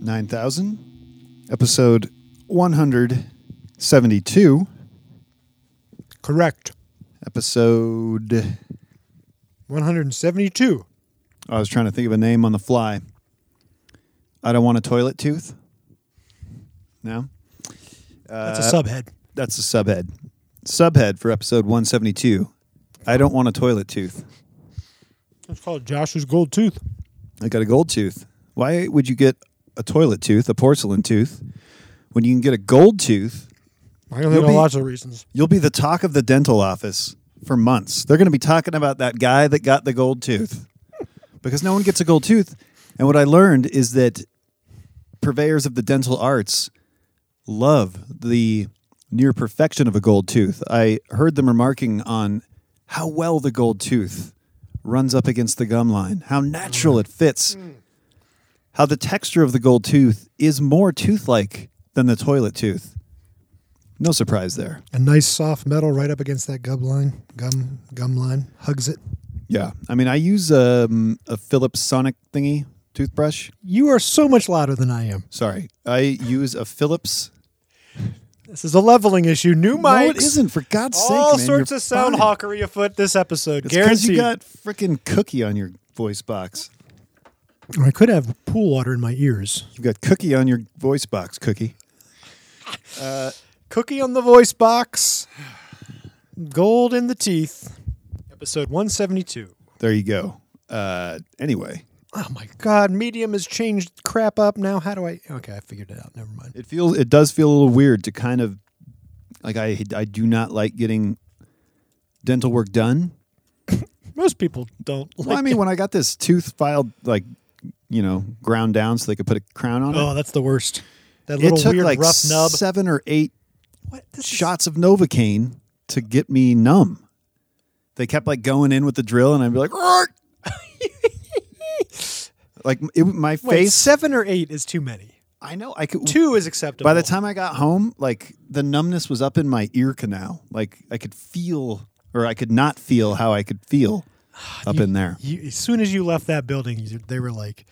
9000, episode 172, Correct. episode. 172. I was trying to think of a name on the fly. I don't want a toilet tooth. No? Uh, That's a subhead. That's the subhead. Subhead for episode 172. I don't want a toilet tooth. It's called Joshua's Gold Tooth. I got a gold tooth. Why would you get a toilet tooth, a porcelain tooth, when you can get a gold tooth? I know there You'll are be- lots of reasons. You'll be the talk of the dental office for months. They're going to be talking about that guy that got the gold tooth because no one gets a gold tooth. And what I learned is that purveyors of the dental arts love the near perfection of a gold tooth. I heard them remarking on how well the gold tooth runs up against the gum line, how natural it fits, how the texture of the gold tooth is more tooth like than the toilet tooth. No surprise there. A nice soft metal right up against that gum line. Gum gum line hugs it. Yeah, I mean, I use um, a Philips Sonic thingy toothbrush. You are so much louder than I am. Sorry, I use a Philips. This is a leveling issue. New mics. No, it isn't. For God's sake, All man, sorts you're of sound fine. hawkery afoot this episode. It's because Guaranteed. you got freaking cookie on your voice box. Or I could have pool water in my ears. You've got cookie on your voice box, cookie. Cookie on the voice box. Gold in the teeth. Episode 172. There you go. Uh, anyway, Oh my God. Medium has changed crap up. Now, how do I? Okay, I figured it out. Never mind. it feels it does feel a little weird to kind of like I I do not like getting dental work done. Most people don't like Well, I mean, when I got this tooth filed, like you know, ground down so they could put a crown on it. Oh, that's the worst. That it little took weird like rough nub. seven or eight What? This is- shots of Novocaine to get me numb. They kept like going in with the drill, and I'd be like, "Arrgh!" like it, my Wait, face. seven or eight is too many. I know I could. Two is acceptable. by the time I got home, like the numbness was up in my ear canal. Like I could feel, or I could not feel how I could feel up in there. you, as soon as you left that building, you, they were like,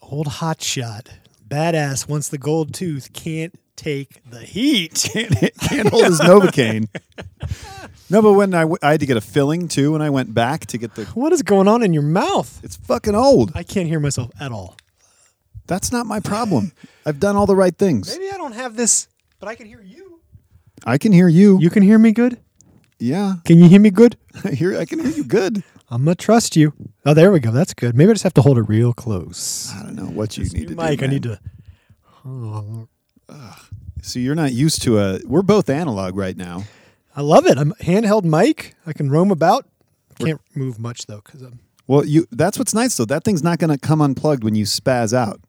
"Old hot shot, badass. Once the gold tooth can't take the heat." Can't hold his Novocaine. No, but when I, w- I had to get a filling too, when I went back to get the, what is going on in your mouth? it's fucking old. I can't hear myself at all. That's not my problem. I've done all the right things. Maybe I don't have this, but I can hear you. I can hear you. You can hear me good. yeah, Can you hear me good? I hear. I can hear you good. I'm gonna trust you. Oh, there we go. That's good. Maybe I just have to hold it real close. I don't know what you need to Mike, do. I need man. to. So you're not used to a. We're both analog right now. I love it. I'm handheld mic. I can roam about. Can't move much though because I'm. Well, you. That's what's nice though. That thing's not going to come unplugged when you spaz out.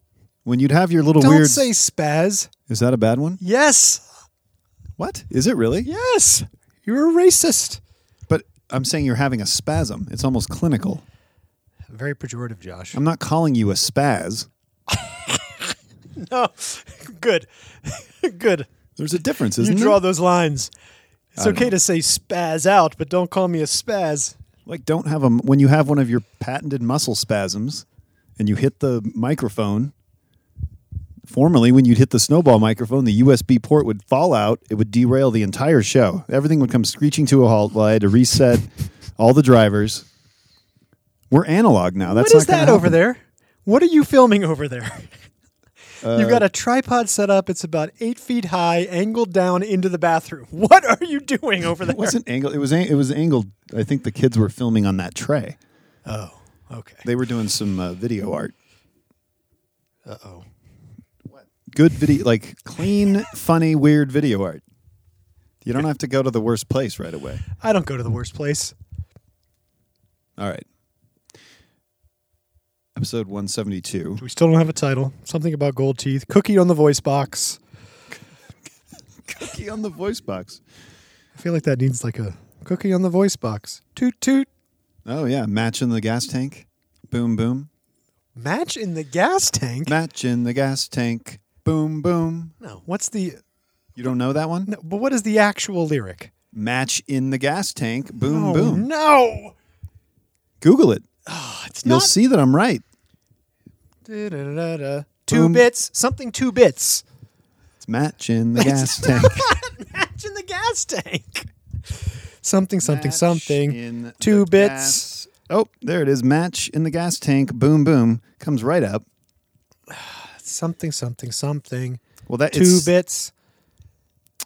When you'd have your little Don't weird. say spaz. is that a bad one? Yes, What is it really? yes. You're a racist. But I'm saying you're having a spasm. It's almost clinical. Very pejorative, Josh. I'm not calling you a spaz. no, good, good. There's a difference, You isn't draw there? those lines. It's okay to say spaz out, but don't call me a spaz. Like, don't have them when you have one of your patented muscle spasms and you hit the microphone. Formerly, when you'd hit the snowball microphone, the USB port would fall out. It would derail the entire show. Everything would come screeching to a halt while I had to reset all the drivers. We're analog now. That's what is not gonna that over happen. there? What are you filming over there? You've Uh, got a tripod set up. It's about eight feet high, angled down into the bathroom. What are you doing over there? It wasn't angled. It was an- it was angled. I think the kids were filming on that tray. Oh, okay. They were doing some uh, video art. Uh oh. Good video, like clean, funny, weird video art. You don't have to go to the worst place right away. I don't go to the worst place. All right. Episode 172. We still don't have a title. Something about gold teeth. Cookie on the voice box. Cookie on the voice box. I feel like that needs like a cookie on the voice box. Toot toot. Oh, yeah. Match in the gas tank. Boom, boom. Match in the gas tank. Match in the gas tank. Boom, boom. No. What's the? You don't know that one? No, but what is the actual lyric? Match in the gas tank. Boom, Oh, boom. No. Google it. It's You'll not. see that I'm right. Da-da-da-da. two Boom. bits, something two bits. It's matching the gas tank. Match in the gas tank. Something, something, Match something. in Two the bits. gas- Oh, there it is. Match in the gas tank. Boom, boom. Comes right up. Something, something, something. Well, that Two it's bits.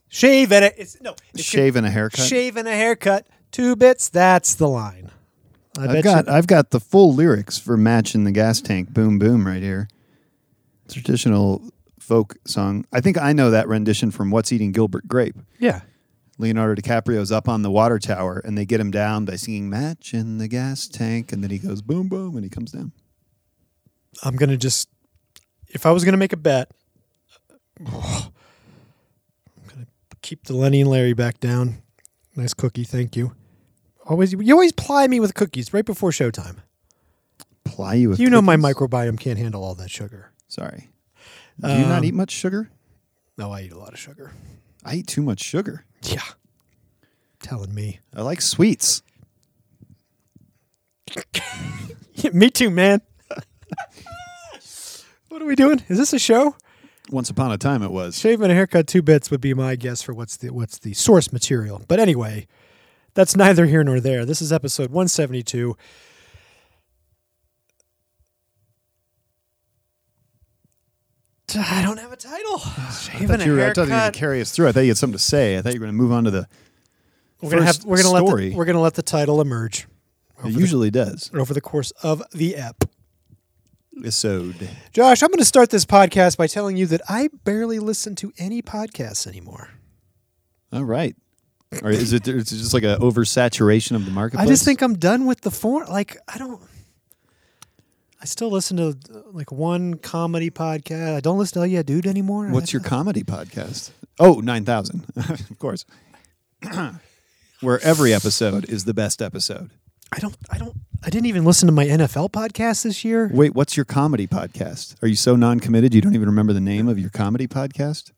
Shave and a it's no it should- shave and a haircut. shave and a haircut. Two bits. That's the line. I I've bet got you. I've got the full lyrics for "Match in the Gas Tank." Boom, boom, right here. It's a traditional folk song. I think I know that rendition from "What's Eating Gilbert Grape." Yeah. Leonardo DiCaprio's up on the water tower, and they get him down by singing "Match in the Gas Tank," and then he goes boom, boom, and he comes down. I'm gonna just if I was gonna make a bet, I'm gonna keep the Lenny and Larry back down. Nice cookie, thank you. Always you always ply me with cookies right before showtime. Ply you with You know my cookies? microbiome can't handle all that sugar. Sorry, do you Um, not eat much sugar? No, Oh, I eat a lot of sugar. I eat too much sugar. Yeah. Telling me. I like sweets. me too, man. what are we doing? Is this a show? Once upon a time, it was. Shave and a haircut, two bits would be my guess for what's the what's the source material. But anyway, that's neither here nor there. This is episode 172. T- I don't have a title. Shave and I thought a you were- I haircut. thought you were going to carry us through. I thought you had something to say. I thought you were going to move on to the. we're gonna first have we're gonna let story. the, we're gonna let the title emerge It usually does. over the course of the ep. Isode. Josh, I'm going to start this podcast by telling you that I barely listen to any podcasts anymore. All right. Or is it it's just like an oversaturation of the I marketplace? just think I'm done with the form. Like, I don't. I still listen to uh, like one comedy podcast. I don't listen to Oh Yeah Dude anymore. What's your comedy podcast? Oh, 9,000. of course. Where every episode is the best episode. I don't. I don't. I didn't even listen to my NFL podcast this year. Wait, what's your comedy podcast? Are you so non committed you don't even remember the name of your comedy podcast?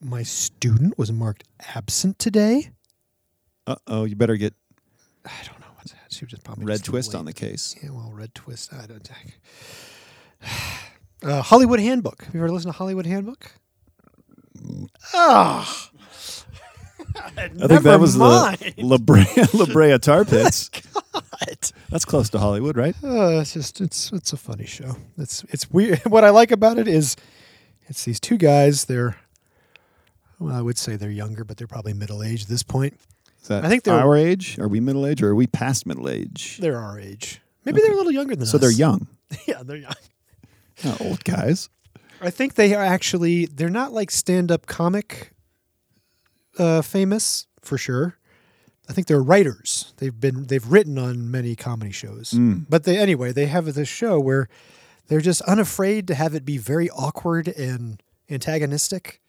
My student was marked absent today. Uh oh, you better get I don't know what's that. She was just probably Red just Twist late. on the case. Yeah, well, Red Twist. I don't. Uh, Hollywood Handbook. Have you ever listened to Hollywood Handbook? Ah. I think that was the La Brea, La Brea Tar Pits. God. That's close to Hollywood, right? Uh, it's just it's it's a funny show. It's it's weird. What I like about it is, it's these two guys. They're well, I would say they're younger, but they're probably middle aged at this point. Is that I think they're- our age? Are we middle age or are we past middle age? They're our age. Maybe they're a little younger than us. So they're young, yeah, they're young. not old guys. I think they are actually they're not like stand up comic uh, famous for sure. I think they're writers. They've been they've written on many comedy shows. But they anyway, they have this show where they're just unafraid to have it be very awkward and antagonistic.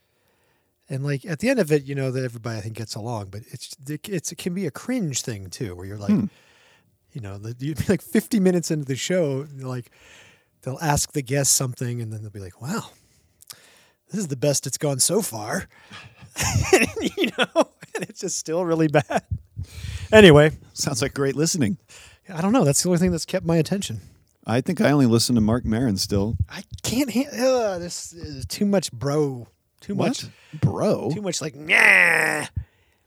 And like at the end of it, you know that everybody I think gets along, but it's it's it can be a cringe thing too, where you're like, you know, the, you'd be like 50 minutes into the show, like they'll ask the guest something, and then they'll be like, "Wow, this is the best it's gone so far," you know, and it's just still really bad. Anyway, Sounds like great listening. I don't know. That's the only thing that's kept my attention. I think I only listen to Mark Marin still. I can't. Ha- ugh, this is too much, bro. Too much. Bro. Too much. Like nah.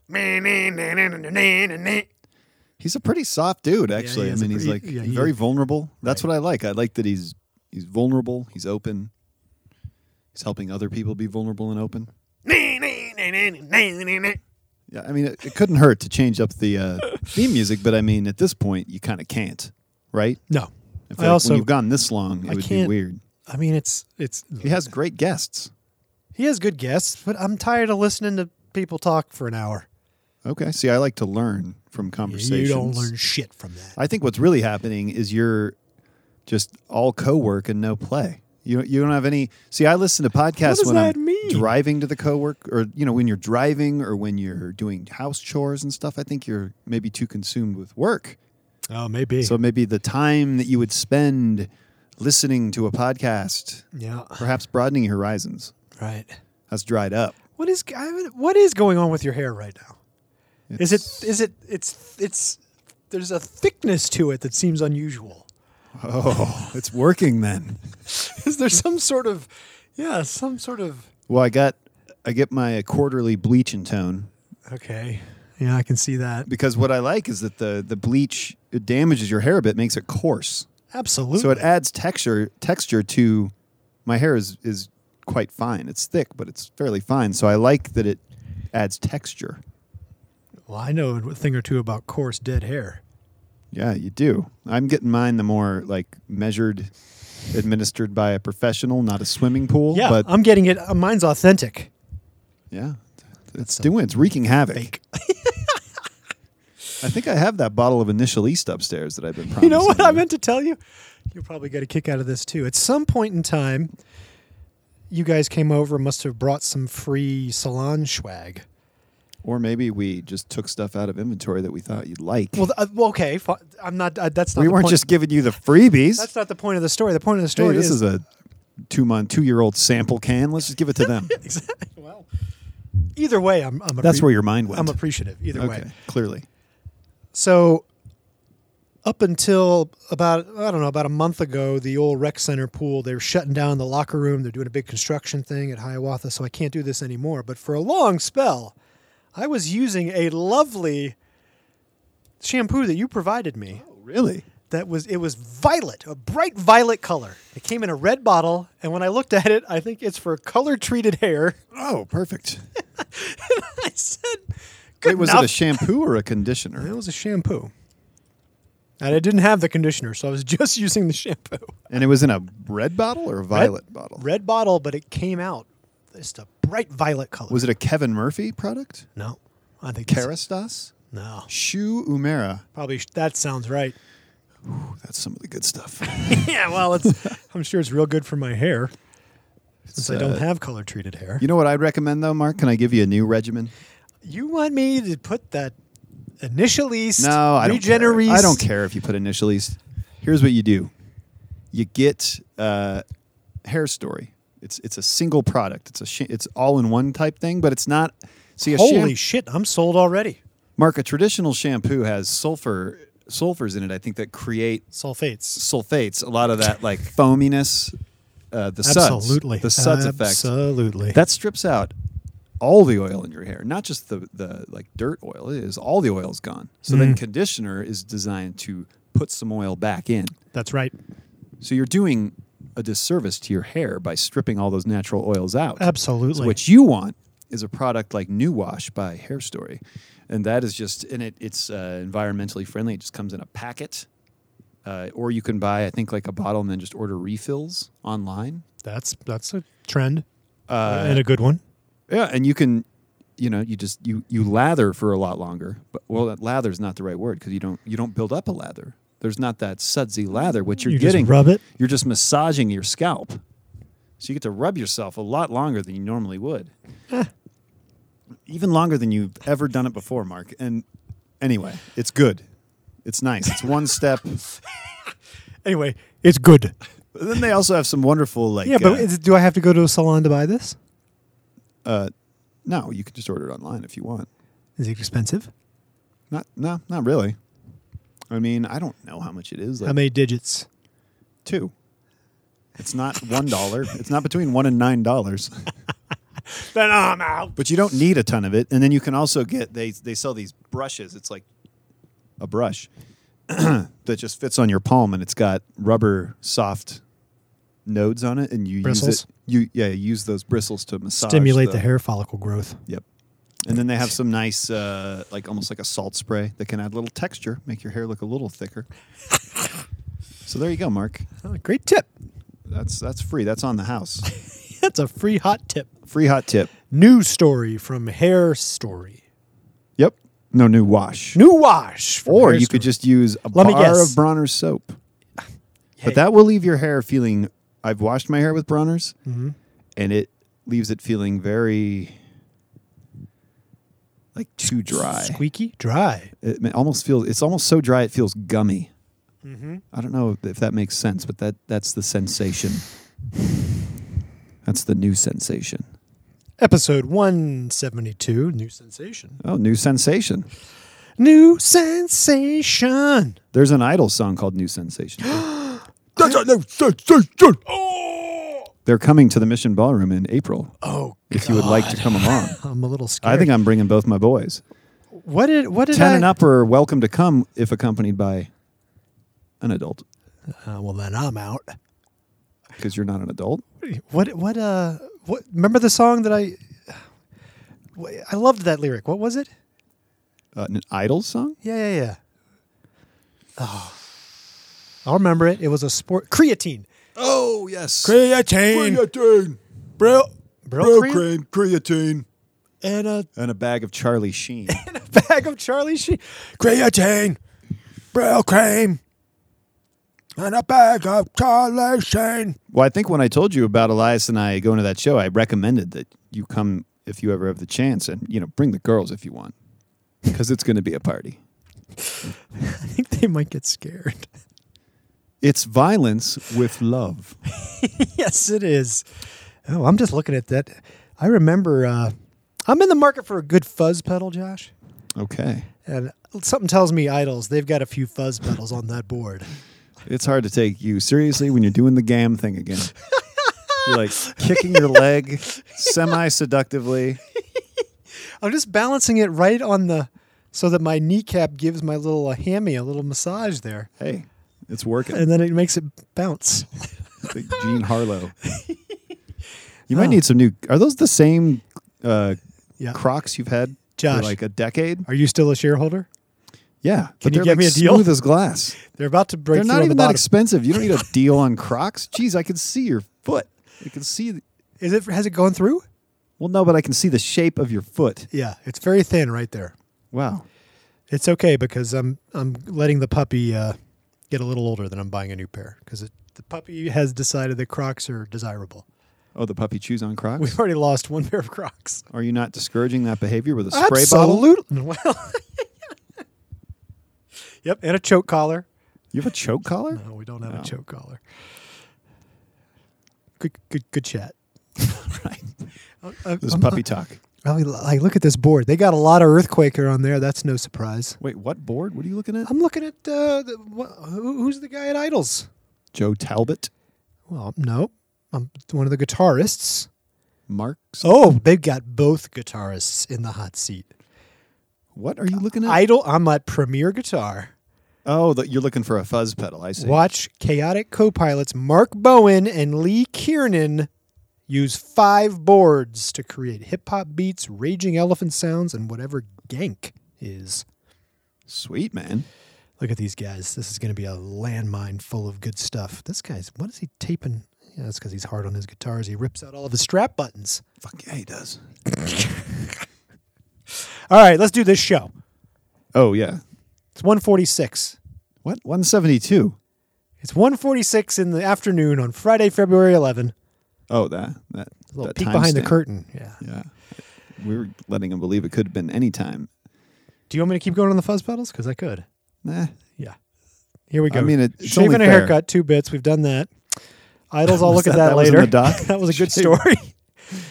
Nah, nah, nah, nah, nah, nah, nah, nah. He's a pretty soft dude, actually. he I is a mean, he's pretty- like yeah, he very vulnerable. That's what I like. I like that he's he's vulnerable, he's open. He's helping other people be vulnerable and open. Nah, nah, nah, nah, nah, nah, nah. Yeah, I mean, it, it couldn't hurt to change up the uh, theme music, but I mean, at this point, you kind of can't, right? No, I feel I like also. when you've gone this long, it I would be can't- weird. I mean, it's it's. He has great guests. He has good guests, but I'm tired of listening to people talk for an hour. Okay. See, I like to learn from conversations. You don't learn shit from that. I think what's really happening is you're just all co-work and no play. You you don't have any. See, I listen to podcasts does when that I'm mean? driving to the co-work, or you know, when you're driving, or when you're doing house chores and stuff. I think you're maybe too consumed with work. Oh, maybe. So maybe the time that you would spend listening to a podcast, yeah, perhaps broadening your horizons, right. has dried up. What is I would- what is going on with your hair right now? is It's- it is it it's it's there's a thickness to it that seems unusual. Oh, it's working then. Is there some sort of, yeah, some sort of. Well, I got I get my quarterly bleach in tone Okay. Yeah, I can see that. because what I like is that the the bleach it damages your hair a bit, makes it coarse. Absolutely. So it adds texture texture to my hair is is quite fine. It's thick, but it's fairly fine. So I like that it adds texture. well, I know a thing or two about coarse dead hair. Yeah, you do. I'm getting mine the more like measured administered by a professional, not a swimming pool, Yeah, but I'm getting it. uh, Mine's authentic. yeah. It's doing it's wreaking havoc. Fake. I think I have that bottle of Initial East upstairs that I've been promising. You know what I you. meant to tell you? You'll probably get a kick out of this too. At some point in time, you guys came over and must have brought some free salon swag. Or maybe we just took stuff out of inventory that we thought you'd like. Well, th- uh, well okay. fi- I'm not. Uh, that's not. we the weren't point. just giving you the freebies. That's not the point of the story. The point of the hey, story this is, is a two month, two year old sample can. Let's just give it to them. exactly. Well, either way, I'm. I'm That's appre- where your mind went. I'm appreciative. Either okay, way. clearly. So, up until about I don't know about a month ago, the old rec center pool they were shutting down the locker room. They're doing a big construction thing at Hiawatha, so I can't do this anymore. But for a long spell, I was using a lovely shampoo that you provided me. Really? That was it was violet, a bright violet color. It came in a red bottle, and when I looked at it, I think it's for color treated hair. Oh, perfect. I said, "Good Wait, was enough." it a shampoo or a conditioner? It was a shampoo. And I didn't have the conditioner, so I was just using the shampoo. And it was in a red bottle or a violet bottle? Red bottle, but it came out just a bright violet color. Was it a Kevin Murphy product? No. I think that's- Kerastas? No. Shu Umera. Probably sh- that sounds right. That's some of the good stuff. yeah, well, it's I'm sure it's real good for my hair since I don't have color treated hair. uh, you know what I'd recommend though, Mark? Can I give you a new regimen? You want me to put that initial east No, I don't. Care. regenerate? I don't care if you put initial east. Here's what you do: you get uh, Hair Story. It's it's a single product. It's a sh- it's all in one type thing, but it's not. See, a Holy sham- shit, I'm sold already. Mark, a traditional shampoo has sulfur sulfurs in it. I think that create Sulfates. sulfates. A lot of that like foaminess, uh, the Absolutely. suds, the suds effect. Absolutely. That strips out all the oil in your hair, not just the the like dirt oil. It is all the oil is gone. So Mm. then conditioner is designed to put some oil back in. That's right. So you're doing a disservice to your hair by stripping all those natural oils out. Absolutely. So what you want is a product like New Wash by Hair Story, and that is just and it it's uh, environmentally friendly. It just comes in a packet, uh, or you can buy I think like a bottle and then just order refills online. That's that's a trend Uh, and a good one. Yeah, and you can, you know, you just you you lather for a lot longer. But well, that lather is not the right word because you don't you don't build up a lather. There's not that sudsy lather. What you're You just getting, rub it? You're just massaging your scalp, so you get to rub yourself a lot longer than you normally would. Even longer than you've ever done it before, Mark. And anyway, it's good. It's nice. It's one step. Anyway, it's good. But then they also have some wonderful like Yeah, but uh, is, do I have to go to a salon to buy this? no, you can just order it online if you want. Is it expensive? Not no, not really. I mean, I don't know how much it is. Like How many digits? two. It's not one dollar. it's not between one and nine dollars. Then I'm out. But you don't need a ton of it. And then you can also get they they sell these brushes. It's like a brush that just fits on your palm and it's got rubber soft nodes on it and you use Bristles? it you yeah, you use those bristles to massage Stimulate the, hair follicle growth. Yep. And then they have some nice, uh, like almost like a salt spray that can add a little texture, make your hair look a little thicker. so there you go, Mark. Oh, great tip. That's that's free. That's on the house. That's a free hot tip. Free hot tip. New story from Hair Story. Yep. No new wash. New wash. from or Hair you Story. could just use a Let me bar guess. of Bronner's soap. Hey. But that will leave your hair feeling. I've washed my hair with Bronner's, Mm-hmm. and it leaves it feeling very like too dry. squeaky dry. It ma- almost feels. It's almost so dry it feels gummy. I don't know if that makes sense, but that that's the sensation. That's the new sensation. Episode 172. New sensation. Oh, new sensation. New sensation. There's an Idol song called "New Sensation." They're coming to the Mission Ballroom in April. Oh, if you would like to come along, I'm a little scared. I think I'm bringing both my boys. What did what did Ten I? and up are welcome to come if accompanied by an adult, Uh, well, then I'm out. because you're not an adult. What what uh what? Remember the song that I? Wh- I loved that lyric. What was it? Uh, an Idols song. Yeah, yeah, yeah. Oh, I'll remember it. It was a sport creatine. Oh yes, Creatine, creatine, bro, bro, creatine, creatine, and a and a bag of Charlie Sheen. bag of Charlie Sheen. Creatine, bro, cream, and a bag of Charlie Sheen. Well, I think when I told you about Elias and I going to that show, I recommended that you come if you ever have the chance, and you know, bring the girls if you want, because it's going to be a party. I think they might get scared. It's violence with love. yes, it is. Oh, I'm just looking at that. I remember. Uh, I'm in the market for a good fuzz pedal, Josh, Okay, and something tells me Idols. They've got a few fuzz pedals on that board. it's hard to take you seriously when you're doing the gam thing again. You're like kicking your leg semi-seductively. I'm just balancing it right on the so that my kneecap gives my little uh, hammy a little massage there, Hey, it's working. and then it makes it bounce. Big Gene Harlow. You might need some new. Are those the same uh, Yeah. Crocs you've had Josh. for like a decade? Are you still a shareholder? Yeah. but you they're get like me a deal? Smooth as glass. They're about to break they're through not on the even that bottom. expensive. You don't need a deal on Crocs. Jeez, I can see your foot. I can see. th- Is it has it gone through? Well, no, but I can see the shape of your foot. Yeah, it's very thin right there. Wow. It's okay because I'm I'm letting the puppy uh, get a little older than I'm buying a new pair because the puppy has decided that Crocs are desirable. Oh, the puppy chews on Crocs. We've already lost one pair of Crocs. Are you not discouraging that behavior with a spray bottle? Absolutely. Well, yep, and a choke collar. You have a choke collar. No, we don't have No. a choke collar. Good, good, good chat. Right. Uh, This is I'm- puppy talk. I mean, like, look at this board. They got a lot of Earthquaker on there. That's no surprise. Wait, what board? What are you looking at? I'm looking at uh, the, wh- who, who's the guy at Idols? Joe Talbot, Well, no, I'm one of the guitarists. Marks. Oh, they've got both guitarists in the hot seat. What are you looking at? Idol, I'm at Premier Guitar. Oh, the, you're looking for a fuzz pedal. I see. Watch Chaotic co-pilots Mark Bowen and Lee Kiernan use five boards to create hip hop beats, raging elephant sounds, and whatever gank is. Sweet man. Look at these guys. This is going to be a landmine full of good stuff. This guy's what is he taping? Yeah, that's because he's hard on his guitars. He rips out all of his strap buttons. Fuck yeah, he does. All right, let's do this show. Oh yeah. It's 146. What? 172. It's 146 in the afternoon on Friday, February 11. Oh, that that A little that peek time behind the stamp. curtain. Yeah. Yeah. We were letting him believe it could have been any time. Do you want me to keep going on the fuzz pedals? Because I could. Nah. Yeah. Here we go. I mean, it- it's shaving only a fair. haircut, two bits. We've done that. Idols. I'll Was look at that- that, that was in later. the doc? that was a good story.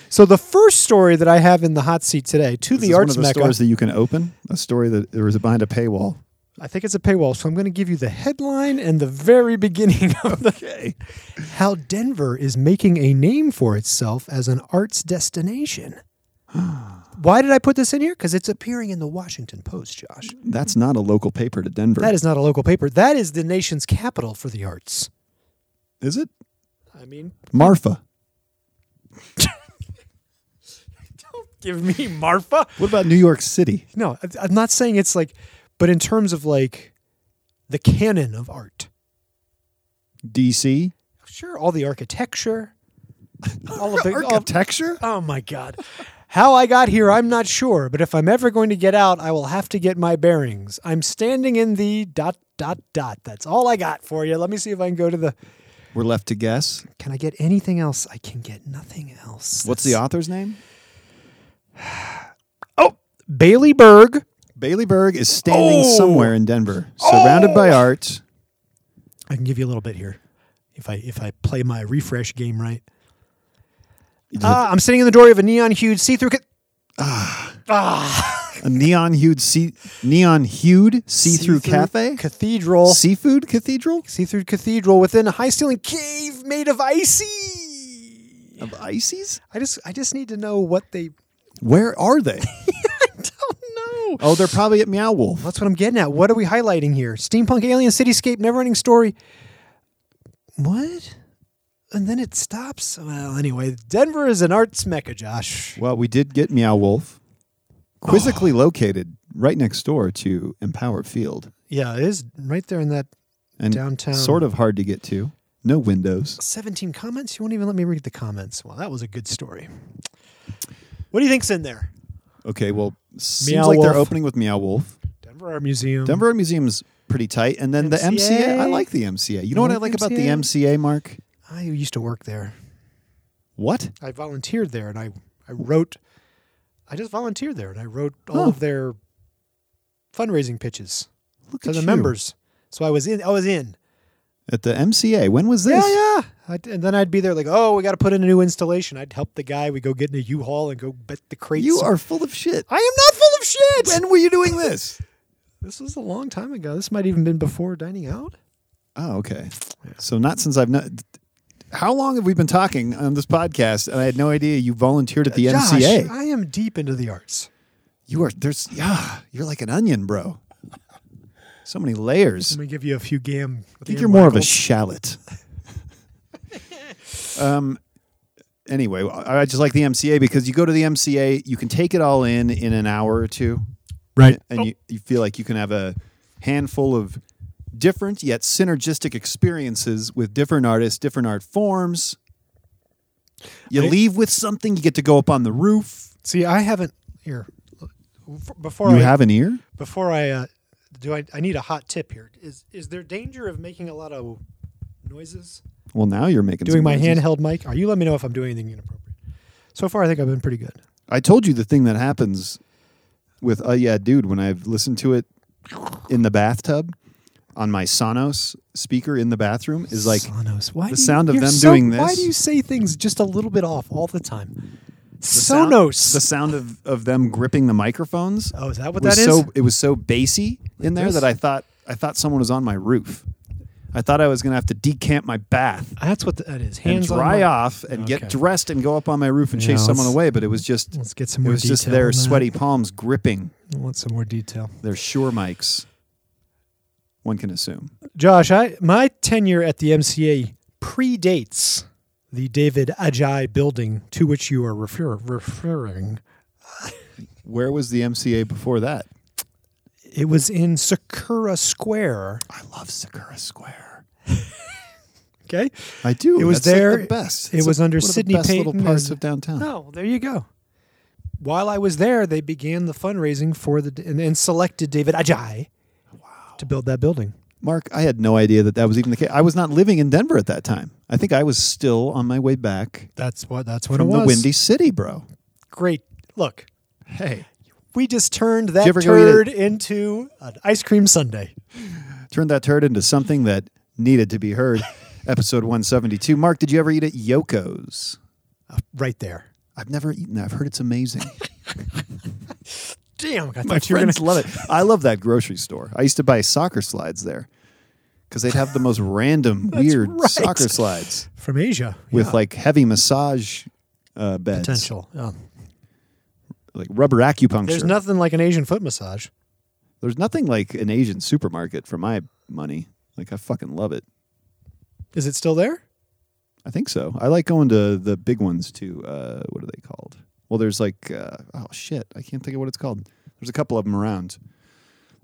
so the first story that I have in the hot seat today, to This the is arts one of the mecca. stores that you can open. A story that there was behind a paywall. I think it's a paywall, so I'm going to give you the headline and the very beginning of the how Denver is making a name for itself as an arts destination. Why did I put this in here? Because it's appearing in the Washington Post, Josh. That's not a local paper to Denver. That is not a local paper. That is the nation's capital for the arts. is it? I mean, Marfa. don't give me Marfa. What about New York City? No, I- I'm not saying it's like, but in terms of like the canon of art, DC? sure, all the architecture, all of the all- Architecture? Oh my God. How I got here, I'm not sure, but if I'm ever going to get out, I will have to get my bearings. I'm standing in the dot, dot, dot. That's all I got for you. Let me see if I can go to the. We're left to guess. Can I get anything else? I can get nothing else. What's the author's name? Oh, Bailey Berg. Bailey Berg is standing Oh! somewhere in Denver, surrounded by art. I can give you a little bit here, if I if I play my refresh game right. Ah, I'm sitting in the doorway of a neon hued see through. Ca- ah. a neon hued see neon hued see through See-through cafe, Cathedral. seafood cathedral See through cathedral within a high ceiling cave made of icy. of ices. I just I just need to know what they Where are they? don't know. oh, they're probably at Meow Wolf. That's what I'm getting at. What are we highlighting here? Steampunk alien cityscape, never ending story. What? And then it stops. Well, anyway, Denver is an arts mecca, Josh. Well, we did get Meow Wolf, Oh. quizzically located right next door to Empower Field, Yeah, it is right there in that and Downtown. sort of hard to get to. No windows. 17 comments. You won't even let me read the comments. Well, that was a good story. What do you think's in there? Okay, well, seems Meow like they're Wolf. opening with Meow Wolf. Denver Art Museum. Denver Art Museum's pretty tight, and then the MCA? MCA. I like the MCA. You know what I like like about the MCA? MCA, Mark? I used to work there. What? I volunteered there and I, I wrote, I just volunteered there and I wrote all Huh. of their fundraising pitches Look to at the you. members. So I was in, I was in. at the MCA. When was this? Yeah, yeah. I'd, and then I'd be there like, oh, we got to put in a new installation. I'd help the guy. We go get in a U-Haul and go bet the crates. You are full of shit. I am not full of shit. When were you doing this? this was a long time ago. This might even been before dining out. Oh, okay. So not since I've not. How long have we been talking on this podcast? And I had no idea you volunteered at the Uh, Josh, MCA. I am deep into the arts. You are there's yeah. You're like an onion, bro. So many layers. Let me give you a few gam. I think you're more of a shallot. um. Anyway, I I just like the MCA because you go to the MCA, you can take it all in in an hour or two. right. and you, you feel like you can have a handful of different yet synergistic experiences with different artists, different art forms. You I- leave with something, you get to go up on the roof. See, I haven't here. Before you I have an ear? before I uh, do, I, I need a hot tip here. Is is there danger of making a lot of noises? Well, now you're making Doing some my noises. handheld mic. Are you? Let me know if I'm doing anything inappropriate. So far, I think I've been pretty good. I told you the thing that happens with uh yeah dude when I've listened to it in the bathtub on my Sonos speaker in the bathroom is like Sonos. Why the do you- sound of you're them so- doing Why this- do you say things just a little bit off all the time? the sound- Sonos. the sound of, of them gripping the microphones. oh, is that what was that is? so it was so bassy in there this? that I thought I thought someone was on my roof. I thought I was gonna have to decamp my bath That's what that and is. Hands dry on my- off and Okay. get dressed and go up on my roof and Yeah, chase someone let's- away. But it was just Let's get some it more was detail. just their on that. sweaty palms gripping I want some more detail. their sure mics. One can assume. Josh, I my tenure at the MCA predates the David Ajay building to which you are refer- referring. Where was the MCA before that? It was in Sakura Square. I love Sakura Square. Okay. I do. It was That's, like, there. the best. It It's, was like, under one of the Sidney best Payton Little parts and- of downtown. No, there you go. While I was there, they began the fundraising for the and, and selected David Ajay to build that building. Mark, I had no idea that that was even the case. I was not living in Denver at that time. I think I was still on my way back That's what that's what from it was. the Windy City, bro. Great. Look, Hey, we just turned that you ever go eat turd into an ice cream sundae. turn that turd into something that needed to be heard. Episode 172. Mark, did you ever eat at Yoko's? Uh, right there. I've never eaten that. I've heard it's amazing. Damn, My I thought you were gonna friends love it. I love that grocery store. I used to buy soccer slides there because they'd have the most random, weird right. soccer slides from Asia with yeah. like heavy massage uh, beds, potential. Yeah. like rubber acupuncture. There's nothing like an Asian foot massage. There's nothing like an Asian supermarket for my money. Like I fucking love it. Is it still there? I think so. I like going to the big ones too. Uh, what are they called? Well, there's like uh, oh shit, I can't think of what it's called. There's a couple of them around.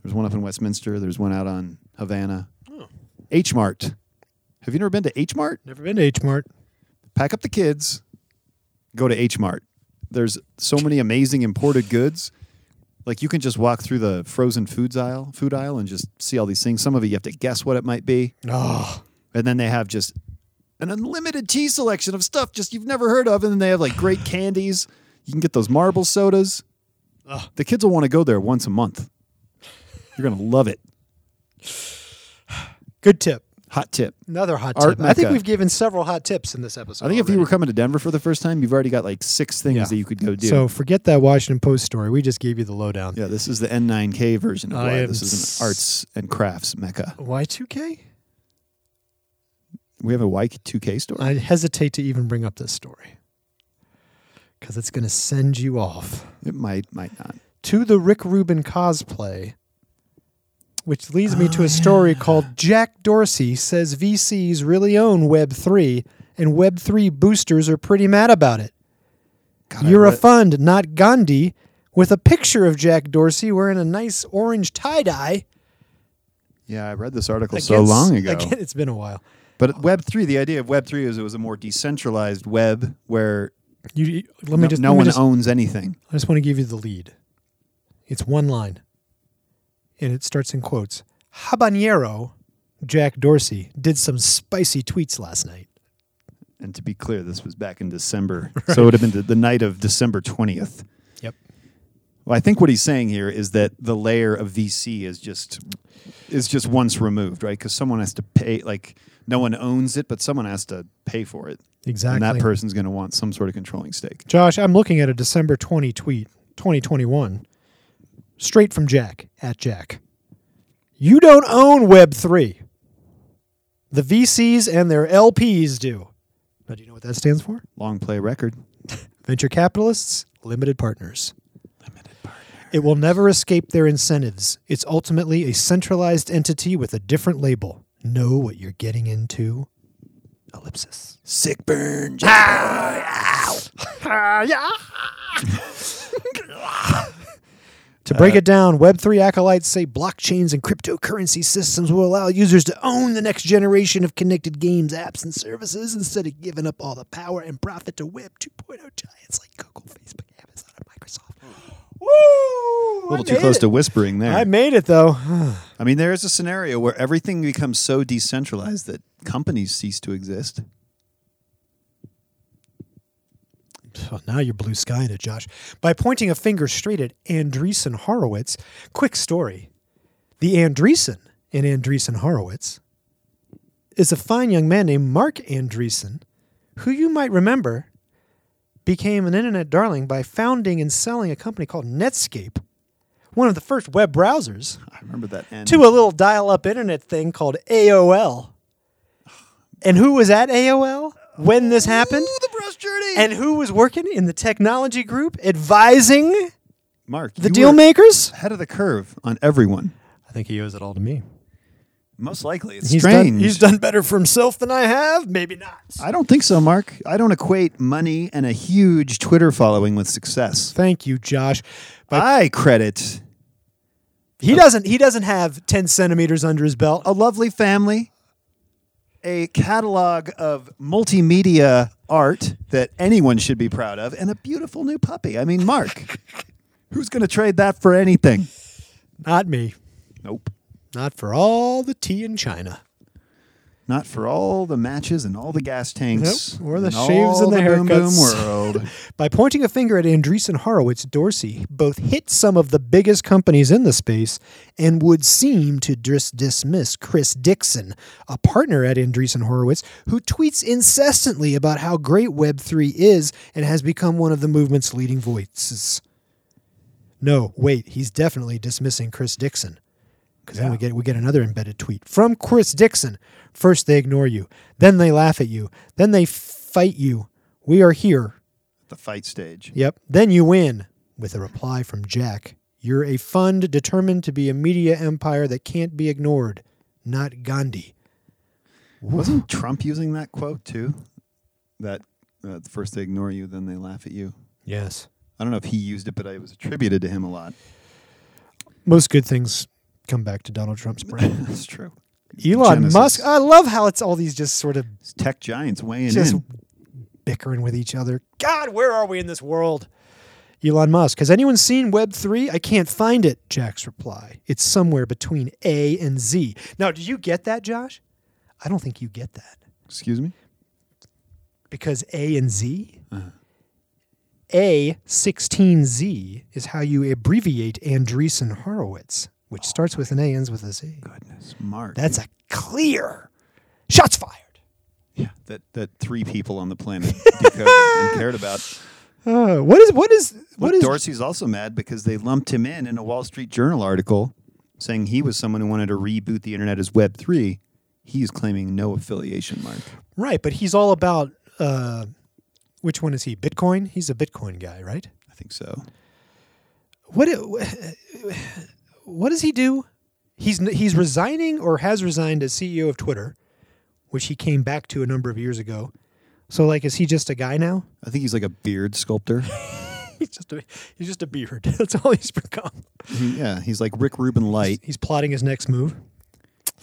There's one up in Westminster. There's one out on Havana. H Mart. Have you never been to H Mart? Never been to H Mart. Pack up the kids, go to H Mart. There's so many amazing imported goods. Like you can just walk through the frozen foods aisle, food aisle, and just see all these things. Some of it you have to guess what it might be. Ah. Oh, and then they have just an unlimited tea selection of stuff just you've never heard of and then they have like great candies you can get those marble sodas Ugh. the kids will want to go there once a month you're gonna love it good tip. Hot tip. Another hot Art tip. I think Mecca. we've given several hot tips in this episode. I think if you already. were coming to Denver for the first time, you've already got like six things Oh, Yeah. that you could go do. So forget that Washington Post story. We just gave you the lowdown. yeah, this is the N9K version of I why am this is an arts and crafts mecca. Y2K? We have a Y2K store. I hesitate to even bring up this story because it's going to send you off It might, might not. to the Rick Rubin cosplay, which leads me to a story Ah. called Jack Dorsey says VCs really own Web3 and Web3 boosters are pretty mad about it. God, I You're a read- fund, not Gandhi, with a picture of Jack Dorsey wearing a nice orange tie dye. yeah, I read this article so long ago. Again, it's been a while. But Web three, the idea of Web three is it was a more decentralized web where You, you- let me no, just no let me one just- owns anything. I just want to give you the lead. It's one line, and it starts in quotes. Habanero, Jack Dorsey did some spicy tweets last night. And to be clear, this was back in December, so it would have been the, the night of December twentieth. Yep. Well, I think what he's saying here is that the layer of VC is just is just once removed, right? Because someone has to pay. Like no one owns it, but someone has to pay for it, Exactly. and that person's going to want some sort of controlling stake. Josh, I'm looking at a December 20 tweet, 2021, straight from Jack at Jack. You don't own Web3. The VCs and their LPs do. Now, do you know what that stands for? Long play record. Venture capitalists, limited partners. It will never escape their incentives. It's ultimately a centralized entity with a different label. Know what you're getting into? Ellipsis. Sick burn. To break Uh, it down, Web3 acolytes say blockchains and cryptocurrency systems will allow users to own the next generation of connected games, apps, and services instead of giving up all the power and profit to Web 2.0 giants like Google, Facebook, Amazon, and Microsoft. Woo! Hmm. A little too close to whispering there. I made it though. I mean, there is a scenario where everything becomes so decentralized that companies cease to exist. Well, Oh, now you're blue skying it, Josh. By pointing a finger straight at Andreessen Horowitz, quick story. The Andreessen in Andreessen Horowitz is a fine young man named Mark Andreessen, who you might remember became an internet darling by founding and selling a company called Netscape, one of the first web browsers, I remember that. And to a little dial up internet thing called AOL. And who was at AOL when this happened? the brush journey. And who was working in the technology group advising Mark, the you deal were makers? ahead of the curve on everyone. I think he owes it all to me. Most likely, it's He's strange. done, he's done better for himself than I have. Maybe not. I don't think so, Mark. I don't equate money and a huge Twitter following with success. Thank you, Josh. I credit He doesn't. He doesn't have ten centimeters under his belt. Oh, a lovely family, a catalog of multimedia art that anyone should be proud of, and a beautiful new puppy. I mean, Mark, who's going to trade that for anything? Not me. Nope. Not for all the tea in China. Not for all the matches and all the gas tanks. Nope, or the all shaves and the boom boom haircuts. world. By pointing a finger at Andreessen Horowitz, Dorsey both hit some of the biggest companies in the space and would seem to dis- dismiss Chris Dixon, a partner at Andreessen Horowitz, who tweets incessantly about how great Web3 is and has become one of the movement's leading voices. No, wait, he's definitely dismissing Chris Dixon. Because then we get we get another embedded tweet from Chris Dixon. First they ignore you, then they laugh at you, then they fight you. We are here. the fight stage. Yep. Then you win with a reply from Jack. You're a fund determined to be a media empire that can't be ignored, not Gandhi. Wasn't Trump using that quote too? That uh, first they ignore you, then they laugh at you. Yes. I don't know if he used it, but it was attributed to him a lot. Most good things come back to Donald Trump's brain. That's true. Elon Genesis. Musk, I love how it's all these just sort of It's tech giants weighing just in. bickering with each other. God, where are we in this world? Elon Musk, has anyone seen Web3? I can't find it, Jack's reply. It's somewhere between A and Z. Now, do you get that, Josh? I don't think you get that. Excuse me. because A and Z. A sixteen Z is how you abbreviate Andreessen Horowitz, which starts with an A ends with a Z. Goodness, Mark. That's a clear Shots fired. Yeah, that that three people on the planet decoded and cared about. Uh, what is what is what Look, is Dorsey's also mad because they lumped him in in a Wall Street Journal article saying he was someone who wanted to reboot the internet as Web three. He's claiming no affiliation, Mark. right? But he's all about uh, which one is he? Bitcoin. He's a Bitcoin guy, right? I think so. What i- what does he do? He's n- he's resigning or has resigned as CEO of Twitter, which he came back to a number of years ago. So like, is he just a guy now? I think he's like a beard sculptor. He's just a he's just a beard. That's all he's become. He- yeah, he's like Rick Rubin light. He's plotting his next move.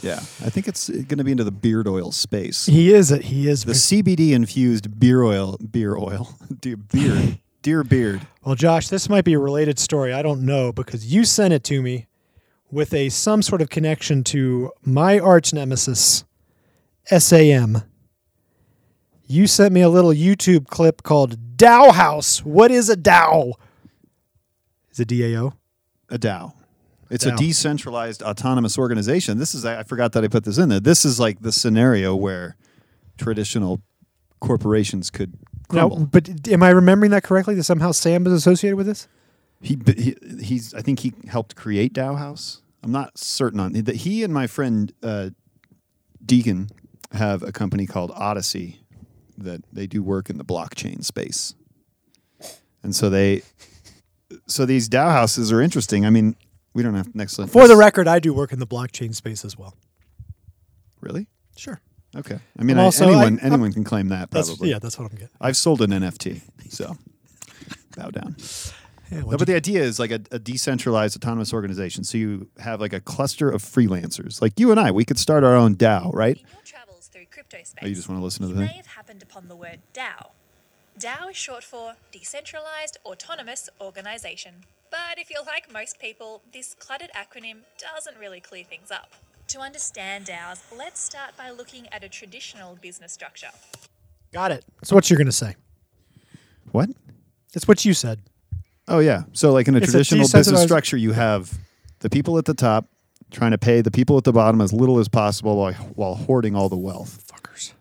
Yeah, I think it's going to be into the beard oil space. He is. A, he is. The CBD infused beer oil, beer oil, dear beard, dear beard. Well, Josh, this might be a related story. I don't know because you sent it to me with a some sort of connection to my arch nemesis, SAM. You sent me a little YouTube clip called Dow House. What is a Dow? Is it DAO? a DAO. It's DAO. a decentralized autonomous organization. This is, I I forgot that I put this in there. This is like the scenario where traditional corporations could No, crumble. but am I remembering that correctly? That somehow Sam is associated with this? He, but he, he's, I think he helped create DAO House. I'm not certain on that. He and my friend uh, Deacon have a company called Odyssey that they do work in the blockchain space. And so they, so these DAO houses are interesting. I mean, we don't have next. For the record, I do work in the blockchain space as well. really? Sure. Okay. I mean, I'm I- also- anyone I- I'm- anyone can claim that That's, probably. Yeah, that's what I'm getting. I've sold an NFT, so bow down. Yeah, No, but the idea is like a, a decentralized autonomous organization. So you have like a cluster of freelancers, like you and I. We could start our own DAO, right? In your travels through crypto space, Oh, you just want to listen to you the may thing. have happened upon the word DAO. DAO is short for Decentralized Autonomous Organization. But if you're like most people, this cluttered acronym doesn't really clear things up. To understand DAOs, let's start by looking at a traditional business structure. Got it. So what you're going to say? What? That's what you said. Oh yeah. So like in a It's a traditional business decentralized- structure, you have the people at the top trying to pay the people at the bottom as little as possible while, while hoarding all the wealth. Fuckers.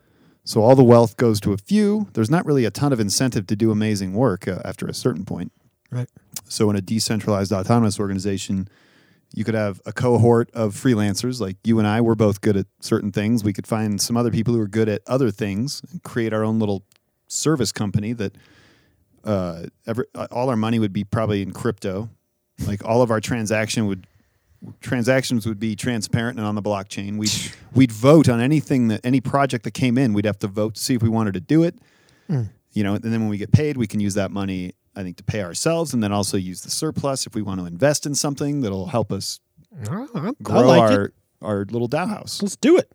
So all the wealth goes to a few. There's not really a ton of incentive to do amazing work uh, after a certain point. Right. So in a decentralized autonomous organization, you could have a cohort of freelancers like you and I. We're both good at certain things. We could find some other people who are good at other things and create our own little service company that uh, every, uh, all our money would be probably in crypto. Like all of our transaction would transactions would be transparent and on the blockchain. We'd we'd vote on anything that any project that came in. We'd have to vote to see if we wanted to do it you know, and then when we get paid, we can use that money, I think, to pay ourselves and then also use the surplus if we want to invest in something that'll help us I, I- Oh, I grow like our, it. our little Dow house. Let's do it.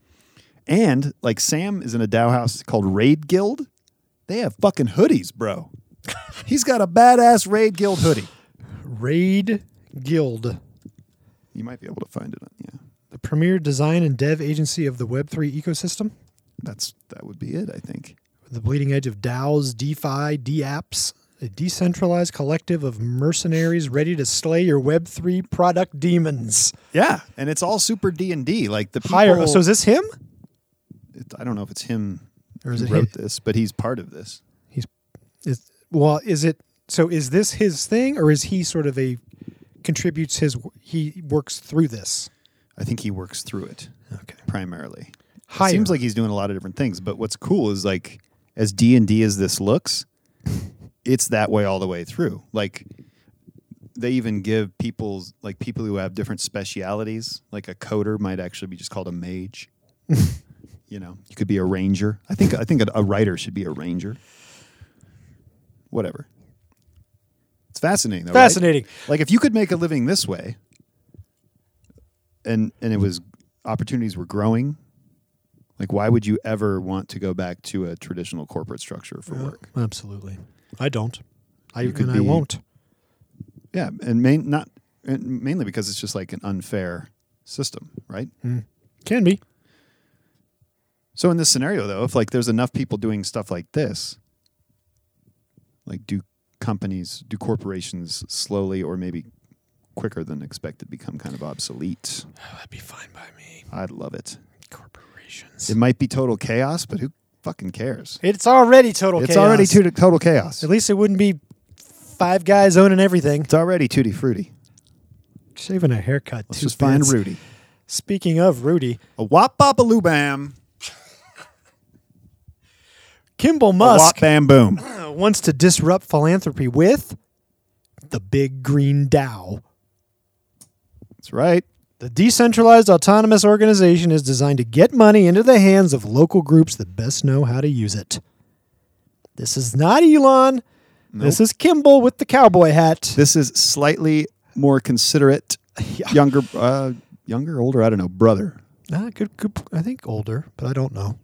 And like Sam is in a Dow house called Raid Guild. They have fucking hoodies, bro. He's got a badass Raid Guild hoodie. Raid Guild, You might be able to find it. On, yeah. the premier design and dev agency of the Web3 ecosystem, That's that would be it, I think. the bleeding edge of DAOs, DeFi, DApps, a decentralized collective of mercenaries ready to slay your Web3 product demons. Yeah. And it's all super D and D. Like the people, Hire. So is this him? it- I don't know if it's him Or is who it wrote this, but he's part of this. He's is well. Is it so? Is this his thing, or is he sort of a contributes his? He works through this. I think he works through it. Okay. primarily. Higher. It seems like he's doing a lot of different things, but what's cool is like as D and D as this looks, it's that way all the way through. Like they even give people like people who have different specialities, like a coder might actually be just called a mage. you know, you could be a ranger. I think I think a, a writer should be a ranger. Whatever. It's fascinating though. right? Fascinating. Like if you could make a living this way, and and it was opportunities were growing, like why would you ever want to go back to a traditional corporate structure for work? Absolutely. I don't. I You could and I be- won't. Yeah, and main not and mainly because it's just like an unfair system, right? Can be. So in this scenario though, if like there's enough people doing stuff like this, like do companies, do corporations slowly or maybe quicker than expected become kind of obsolete? Oh, That'd be fine by me. I'd love it. Corporation. organizations. It might be total chaos, but who fucking cares? It's already total It's chaos. already to- total chaos. At least it wouldn't be five guys owning everything. It's already tutti frutti. Shaving a haircut. Let's two just find bits. Rudy. Speaking of Rudy, A wop bop a loo bam. Kimball A wop Musk bam boom. uh, wants to disrupt philanthropy with the Big Green Dow. That's right. The decentralized autonomous organization is designed to get money into the hands of local groups that best know how to use it. This is not Elon. This is Kimball with the cowboy hat. This is slightly more considerate, Yeah. younger, uh, younger, older. I don't know. Brother. Ah, good, good, I think older, but I don't know.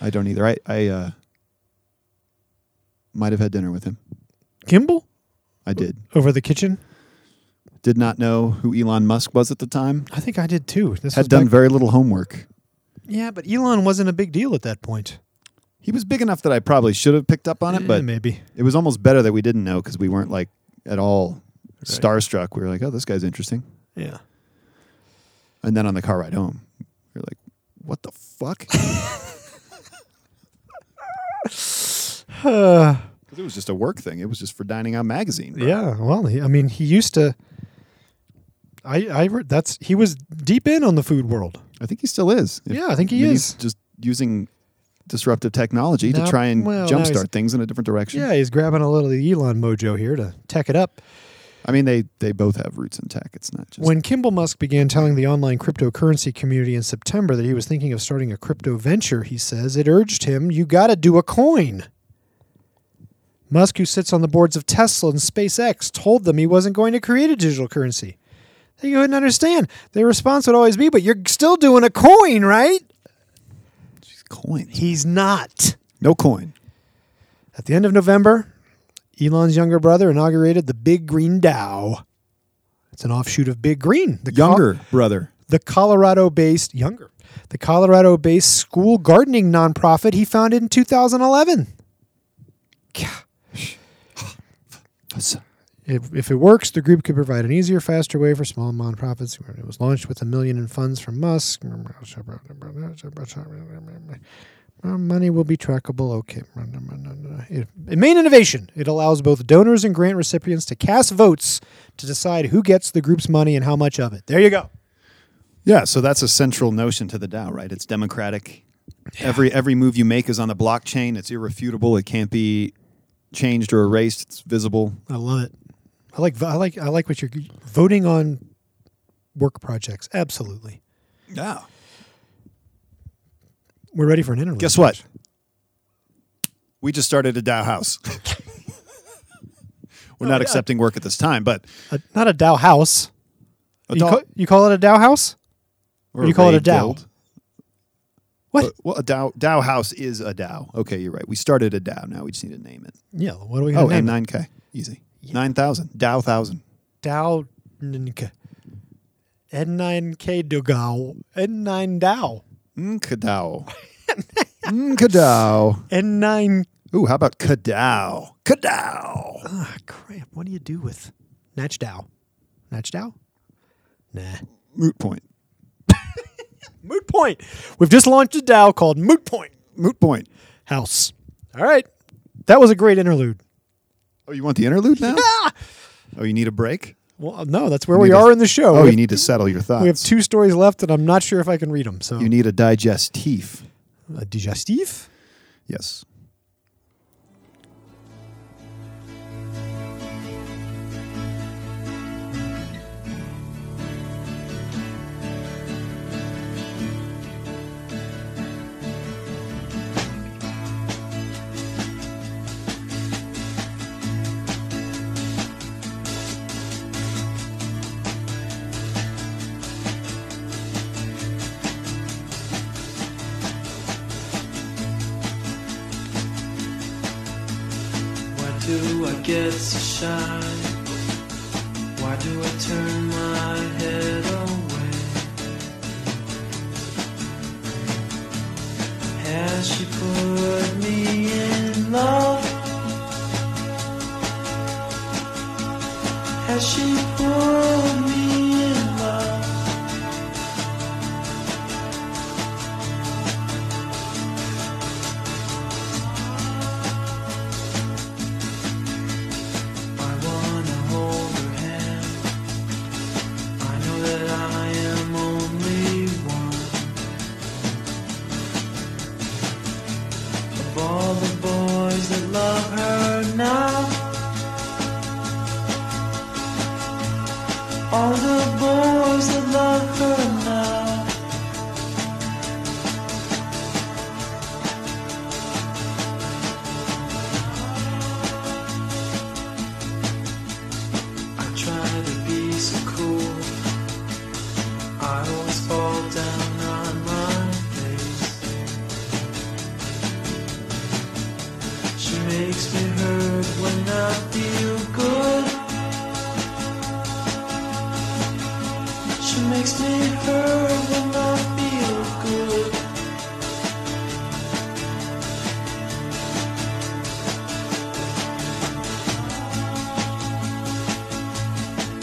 I don't either. I I uh, might have had dinner with him. Kimball I did. over the kitchen. Did not know who Elon Musk was at the time. I think I did too. This was Had done back- very little homework. yeah, but Elon wasn't a big deal at that point. He was big enough that I probably should have picked up on it, Eh, but maybe it was almost better that we didn't know because we weren't like at all starstruck. We were like, oh, this guy's interesting. yeah. And then on the car ride home, we were like, what the fuck? 'Cause it was just a work thing. It was just for Dining Out magazine. bro. Yeah, well, he, I mean, he used to. I, I, re- that's he was deep in on the food world. I think he still is. If- Yeah, I think he mean, He's is. just using disruptive technology Now- to try and well, now he's- jumpstart things in a different direction. Yeah, he's grabbing a little of the Elon mojo here to tech it up. I mean, they, they both have roots in tech. It's not just. When Kimball Musk began telling the online cryptocurrency community in September that he was thinking of starting a crypto venture, he says it urged him, you got to do a coin. Musk, who sits on the boards of Tesla and SpaceX, told them he wasn't going to create a digital currency. They couldn't understand. Their response would always be, but you're still doing a coin, right? coins. He's not. No coin. At the end of November, Elon's younger brother inaugurated the Big Green Dow. It's an offshoot of Big Green, the col- Younger brother. the Colorado-based younger, the Colorado-based school gardening nonprofit he founded in 2011. Gah. If, if it works, the group could provide an easier, faster way for small nonprofits. It was launched with a million in funds from Musk. Our money will be trackable. Okay. It, it main innovation. It allows both donors and grant recipients to cast votes to decide who gets the group's money and how much of it. There you go. Yeah, so that's a central notion to the DAO, right? It's democratic. Every every move you make is on the blockchain. It's irrefutable. It can't be changed or erased. It's visible. I love it. I like I like I like what you're voting on work projects. Absolutely. Yeah. We're ready for an interlude. Guess what? We just started a DAO house. Oh, We're not accepting work at this time, but A, not a Dow house. a you, DAO- ca- you call it a Dow house? or you call it raid a DAO? guild. What? Uh, well, a DAO DAO house is a DAO. Okay, you're right. We started a DAO. Now we just need to name it. yeah. What are we Oh, going to and name it? nine k easy. Nine thousand DAO thousand. Dow N9K. N9K Dogao. N9 Dow. Nkadao. Nkadao. N9. Ooh, how about Kadow? Kadow. Ah, crap. What do you do with Natch Dow? Natch Dow? Nah. Moot point. Moot Point. We've just launched a Dow called Moot Point Moot point. House. All right. That was a great interlude. Ah! Oh, you want the interlude now? Oh, you need a break? Well, no, that's where we need a- are in the show. Oh, we, you have, need to settle your thoughts. we have two stories left, and I'm not sure if I can read them. So, uh, You need a digestif. a digestif? Yes. Why do I get so shy? Why do I turn my head away? Has she put me in love? Has she put me in love? I feel good. She makes me her when I feel good.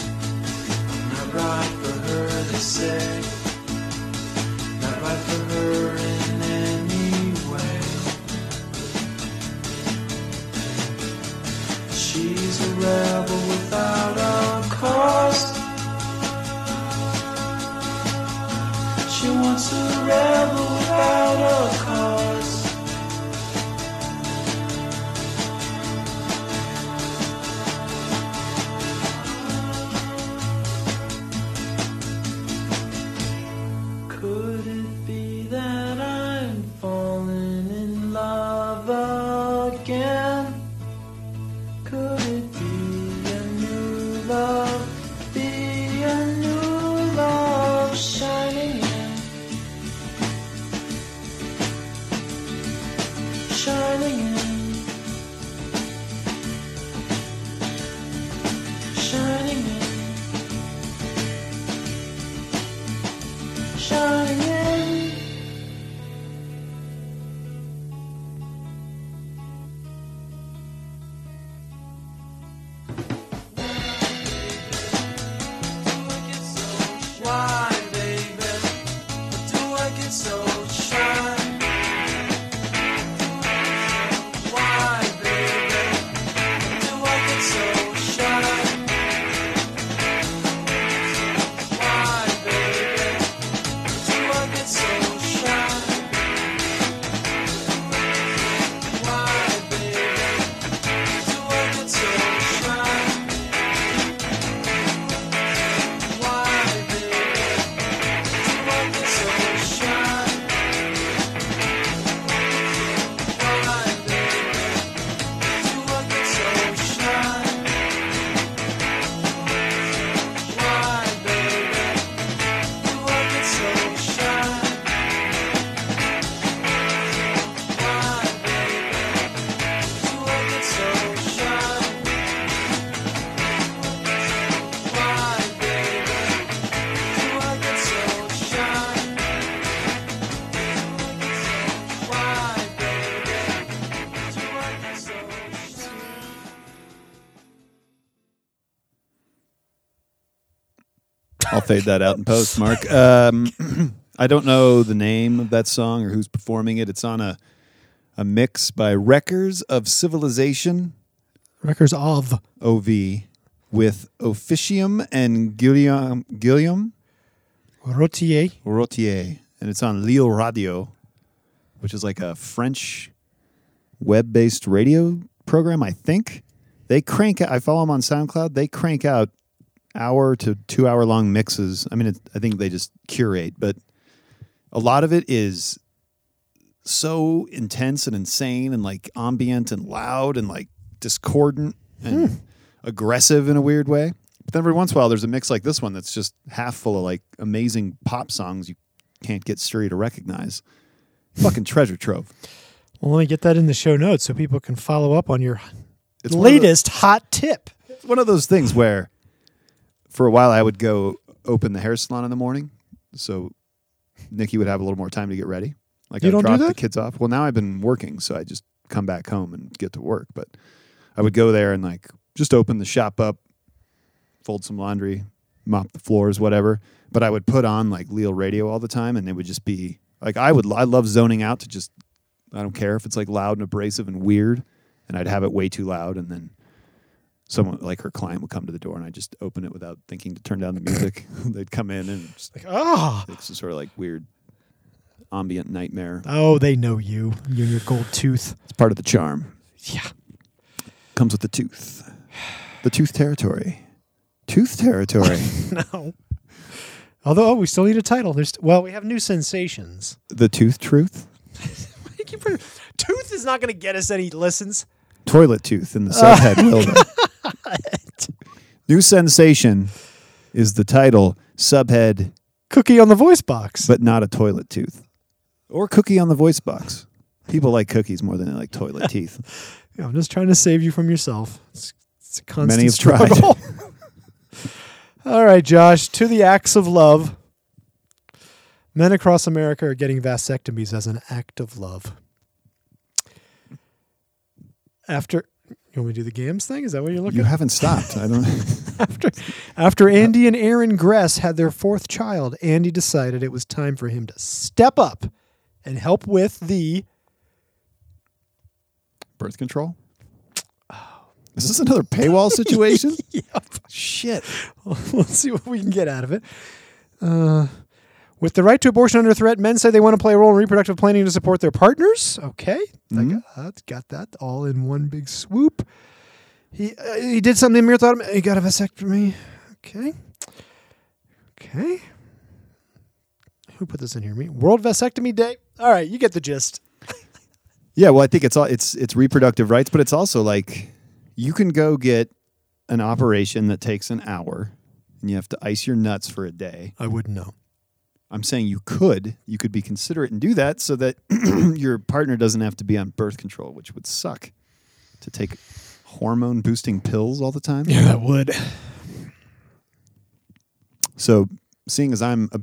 Not right for her, they say. Not right for her in any way. She's a rebel without a cause. She wants a rebel without a cause. Could it be that I'm falling in love again? Could it be a new love? Be a new love shining in, shining in, shining in, shining in. Why, baby? Do I get so shy? Why, baby? Do I get so shy? Why, baby? Do I get so shy? Why, baby? Do I get so shy? Why, baby? Do I get so shy? Why, baby? Do I get so shy? Why, baby? Do I get so shy? Why, baby? Do I get so shy? Why, baby? Do I get so shy? Why, baby? Do I get so shy? I'll fade that out in post, Mark. Um, I don't know the name of that song or who's performing it. It's on a a mix by Wreckers of Civilization Records of OV with Officium and Guillaume Guillaume Rotier. Rotier, and it's on Leo Radio, which is like a French web-based radio program. I think they crank. I follow them on SoundCloud. They crank out hour to two hour long mixes. I mean, it, I think they just curate, but a lot of it is so intense and insane and like ambient and loud and like discordant and aggressive in a weird way. But then every once in a while, there's a mix like this one that's just half full of like amazing pop songs you can't get Siri to recognize. Fucking treasure trove. Well, let me get that in the show notes so people can follow up on your It's one of the- latest hot tip. it's one of those things where for a while I would go open the hair salon in the morning. So Nikki would have a little more time to get ready. Like You I'd don't do drop the that? kids off. Well, now I've been working, so I just come back home and get to work. But I would go there and like just open the shop up, fold some laundry, mop the floors, whatever. But I would put on like Leal radio all the time and it would just be like I would I love zoning out to just I don't care if it's like loud and abrasive and weird and I'd have it way too loud and then someone like her client would come to the door and I just open it without thinking to turn down the music. They'd come in and just, Oh, it's just sort of like weird ambient nightmare. oh, they know you. You and your gold tooth. It's part of the charm. Yeah. Comes with the tooth. The tooth territory. Tooth territory. No. Although oh, we still need a title. There's well, we have new sensations. the tooth truth. Tooth is not going to get us any listens. Toilet tooth in the subhead will though. New sensation is the title, subhead, Cookie on the voice box. but not a toilet tooth. Or cookie on the voice box. People like cookies more than they like toilet teeth. You know, I'm just trying to save you from yourself. It's, it's a constant Many have tried. struggle. All right, Josh, to the acts of love. Men across America are getting vasectomies as an act of love. After you want me to do the gams thing? Is that what you're looking You haven't stopped. I don't. after? After Andy and Aaron Gress had their fourth child, Andy decided it was time for him to step up and help with the Birth control. Is this another paywall situation? Shit. Let's see what we can get out of it. Uh, with the right to abortion under threat, men say they want to play a role in reproductive planning to support their partners. Okay, I got, that's- got that all in one big swoop. He uh, he did something Amir thought he got a vasectomy. Okay, okay. Who put this in here? Me. World Vasectomy Day. All right, you get the gist. Yeah, well, I think it's all it's it's reproductive rights, but it's also like you can go get an operation that takes an hour, and you have to ice your nuts for a day. I wouldn't know. I'm saying you could you could be considerate and do that so that your partner doesn't have to be on birth control, which would suck to take hormone boosting pills all the time. that would. So, seeing as I'm a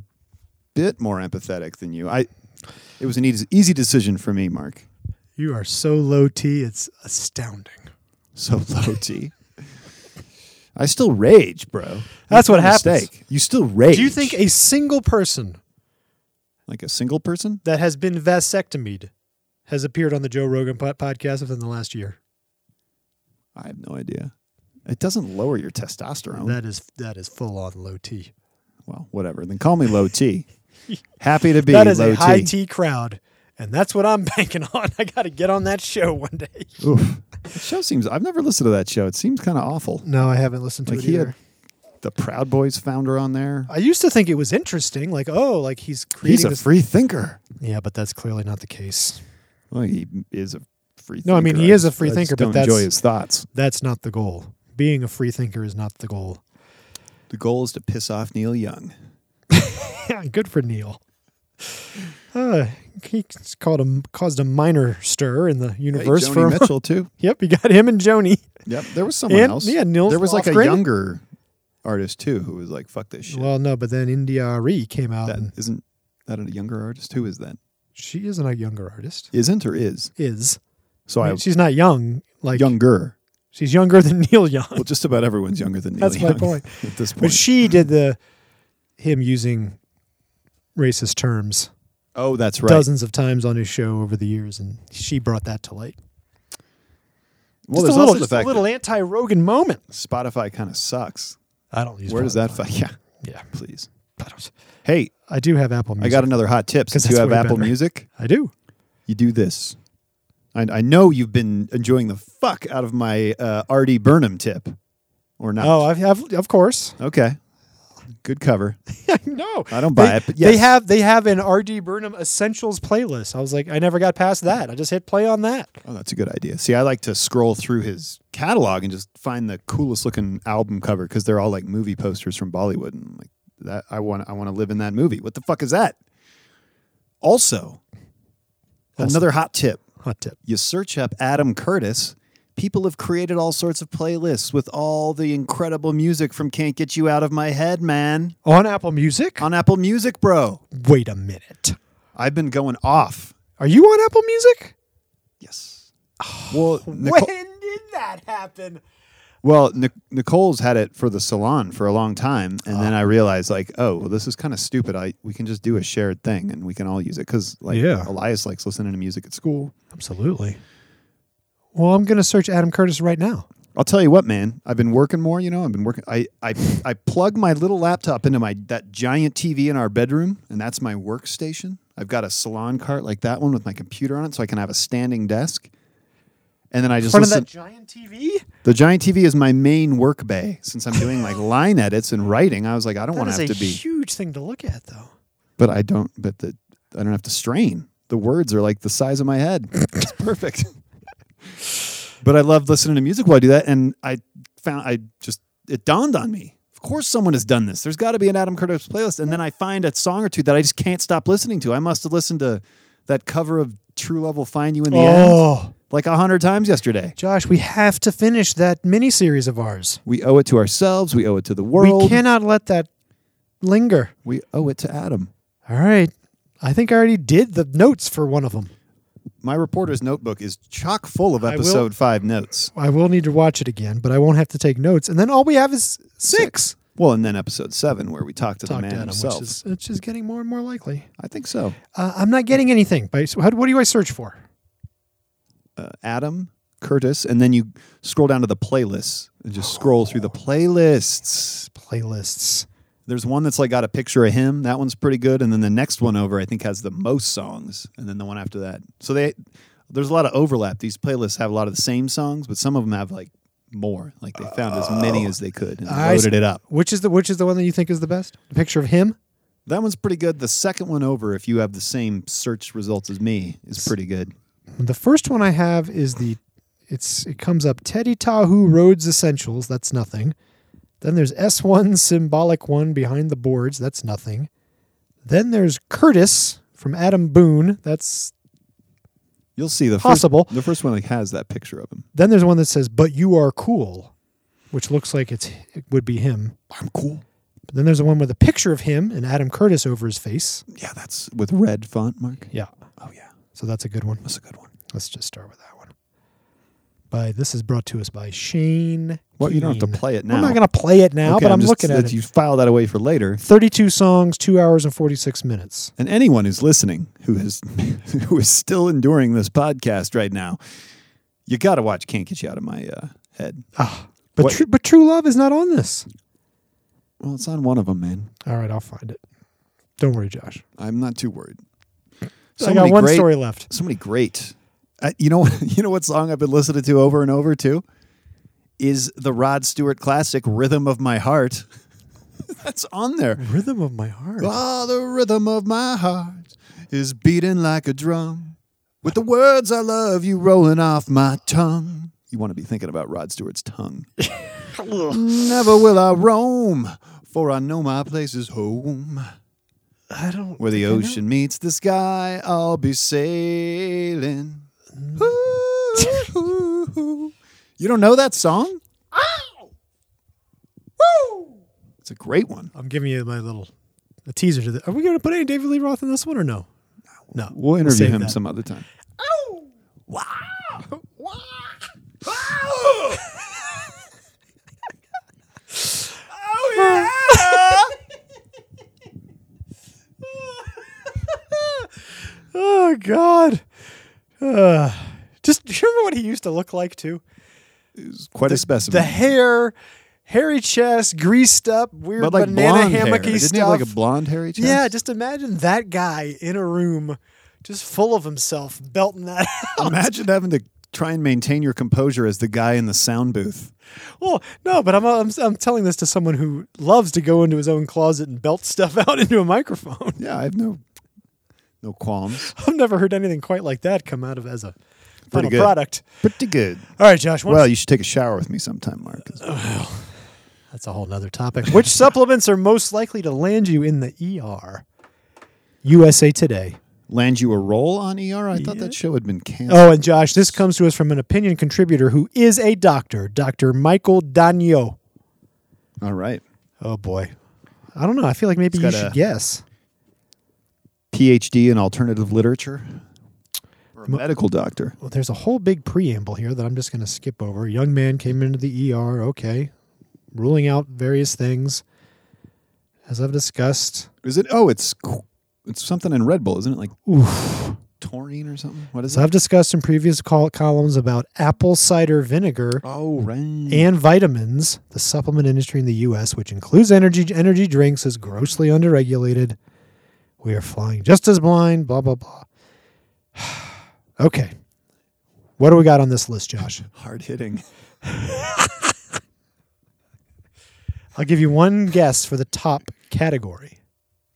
bit more empathetic than you, I it was an easy, easy decision for me, Mark. You are so low T. It's astounding. So low T. I still rage, bro. That's what no happens. Mistake. You still rage. Do you think a single person like a single person? that has been vasectomied has appeared on the Joe Rogan po- podcast within the last year. I have no idea. It doesn't lower your testosterone. That is that is full on low T. well, whatever. Then call me low T. Happy to be That is low a high T. T crowd, and that's what I'm banking on. I got to get on that show one day. Oof. That show seems. I've never listened to that show. It seems kind of awful. No, I haven't listened to Like it he either. had the Proud Boys founder on there. I used to think it was interesting, like oh, like he's creating He's a this. free thinker. yeah, but that's clearly not the case. Well, he is a free. No, I mean, thinker. he is just- a free I thinker, Just but don't that's- enjoy his thoughts. That's not the goal. Being a free thinker is not the goal. The goal is to piss off Neil Young. Yeah, good for Neil. Uh, he called a, caused a minor stir in the Hey, universe for a Joni Mitchell too. Yep, you got him and Joni. Yep, there was someone And- else. yeah, Nils There was like Lofgren. a younger artist too who was like, "Fuck this shit." Well, no, but then India Re came out, that and isn't that a younger artist? Who is that? she isn't a younger artist. Isn't or is? Is So I I, mean, she's not young. Like younger. she's younger than Neil Young, Well, just about everyone's younger than Neil That's my Young point. at this point. but she did the him using racist terms oh, that's right. dozens of times on his show over the years, and she brought that to light. well, just there's a little, also the just a fact little anti-Rogan moment. that Spotify kind of sucks. I don't use. Where does that? Spotify. Fi- yeah, Yeah, please. I don't. Hey, I do have Apple Music. I got another hot tip. 'Cause Since you that's have way Apple better. Music, I do. you do this. I, I know you've been enjoying the fuck out of my uh, Artie Burnham tip, or not? Oh, I've, I've of course. okay. Good cover. no, I don't buy Oh. they, it, but They yes. have they have an RD Burnham Essentials playlist. I was like, I never got past that. I just hit play on that. Oh, that's a good idea. See, I like to scroll through his catalog and just find the coolest looking album cover because they're all like movie posters from Bollywood and like that. I want I want to live in that movie. What the fuck is that? Also, another hot tip: Hot tip. you search up Adam Curtis. People have created all sorts of playlists with all the incredible music from "Can't Get You Out of My Head," man, On Apple Music? on Apple Music, bro. Wait a minute. I've been going off. Are you on Apple Music? Yes. Well, Nicole- When did that happen? Well, Nic- Nicole's had it for the salon for a long time, and then I realized like, oh, well, this is kind of stupid. I we can just do a shared thing, and we can all use it because like Yeah. Elias likes listening to music at school. Absolutely. Well, I'm going to search Adam Curtis right now. I'll tell you what, man. I've been working more. You know, I've been working. I I I plug my little laptop into my that giant TV in our bedroom, and that's my workstation. I've got a salon cart like that one with my computer on it, so I can have a standing desk. And then I In just front of listen. that giant TV? the giant TV is my main work bay. Since I'm doing like line edits and writing, I was like, I don't That want is to have a to be. huge thing to look at, though. but I don't. But the I don't have to strain. The words are like the size of my head. It's perfect. but I love listening to music while I do that, and I found I just it dawned on me. Of course, someone has done this. There's got to be an Adam Curtis playlist, and then I find a song or two that I just can't stop listening to. I must have listened to that cover of True Love will find you in the end Oh, like a hundred times yesterday. Josh, we have to finish that miniseries of ours. We owe it to ourselves. We owe it to the world. We cannot let that linger. We owe it to Adam. All right. I think I already did the notes for one of them. My reporter's notebook is chock full of I will- episode five notes. I will need to watch it again, but I won't have to take notes. And then all we have is six. Well, and then episode seven where we talk to Talk the to man Adam, himself. which is, which is getting more and more likely. I think so. Uh, I'm not getting anything. By, so how, what do I search for? Uh, Adam Curtis, and then you scroll down to the playlists and just scroll through the playlists. Playlists. There's one that's like got a picture of him. That one's pretty good, and then the next one over I think has the most songs, and then the one after that. So they there's a lot of overlap. These playlists have a lot of the same songs, but some of them have like more. Like they found as many as they could and Oh. I loaded see. it up. Which is the which is the one that you think is the best? The picture of him? That one's pretty good. The second one over, if you have the same search results as me, is pretty good. The first one I have is the it's it comes up Teddy Tahu Rhodes Essentials, that's nothing. Then there's S1 Symbolic One Behind the Boards, that's nothing. Then there's Curtis from Adam Boone, that's You'll see the Possible. First, the first one like has that picture of him. then there's one that says But You Are Cool, which looks like it's it would be him. I'm cool. But then there's the one with a picture of him and Adam Curtis over his face. Yeah, that's with red font, Mark. Yeah. Oh yeah, So that's a good one. that's a good one. Let's just start with that one. By this is brought to us by Shane. Well, you don't have to Keane. play it I'm now. not going to play it now, Okay, but I'm, just- looking at that it. You file that away for later. 32 songs, two hours and 46 minutes. And anyone who's listening, who is who is still enduring this podcast right now, you got to watch. Can't get you out of my uh, head. But What- true, but True Love is not on this. Well, it's on one of them, man. All right, I'll find it. Don't worry, Josh. I'm not too worried. I got many one great- story left. So many great. Uh, you know, you know what song I've been listening to over and over too is the Rod Stewart classic "Rhythm of My Heart." That's on there. Rhythm of my heart. Ah, the rhythm of my heart is beating like a drum. With the words I love you rolling off my tongue. You want to be thinking about Rod Stewart's tongue. Never will I roam, for I know my place is home. I don't. Where the think I know. ocean meets the sky, I'll be sailing. Ooh. you don't know that song? It's a great one. I'm giving you my little a teaser to this. Are we going to put any David Lee Roth in this one or no? No. We'll interview save him that. some other time. Oh God. Uh, just do you remember what he used to look like too? Quite a The specimen. hair, hairy chest, greased up, weird but like banana blonde hair. hammocky Didn't stuff. he have like a blonde hairy chest? yeah, just imagine that guy in a room, just full of himself, belting that out. Imagine having to try and maintain your composure as the guy in the sound booth. Well, no, but I'm, I'm I'm telling this to someone who loves to go into his own closet and belt stuff out into a microphone. Yeah, I have no no qualms. I've never heard anything quite like that come out of as a final good. product. Pretty good. All right, Josh. why don't Well, you- you should take a shower with me sometime, Mark. that's a whole nother topic. Which supplements are most likely to land you in the ER? USA Today. Land you a role on ER? I thought that show had been canceled. Oh, and Josh, this comes to us from an opinion contributor who is a doctor, Dr. Michael Dagno. All right. Oh boy. I don't know. I feel like maybe It's you got should a- guess. PhD in alternative literature. Or a medical doctor. Well, there's a whole big preamble here that I'm just going to skip over. Young man came into the ER, okay, ruling out various things. As I've discussed, Is it? Oh, it's qu- it's something in Red Bull, isn't it? Like taurine or something? What is as that? I've discussed in previous col- columns about apple cider vinegar Oh, right. and vitamins, the supplement industry in the U.S., which includes energy energy drinks, is grossly underregulated. We are flying just as blind. Blah blah blah. okay, what do we got on this list, Josh? Hard hitting. I'll give you one guess for the top category.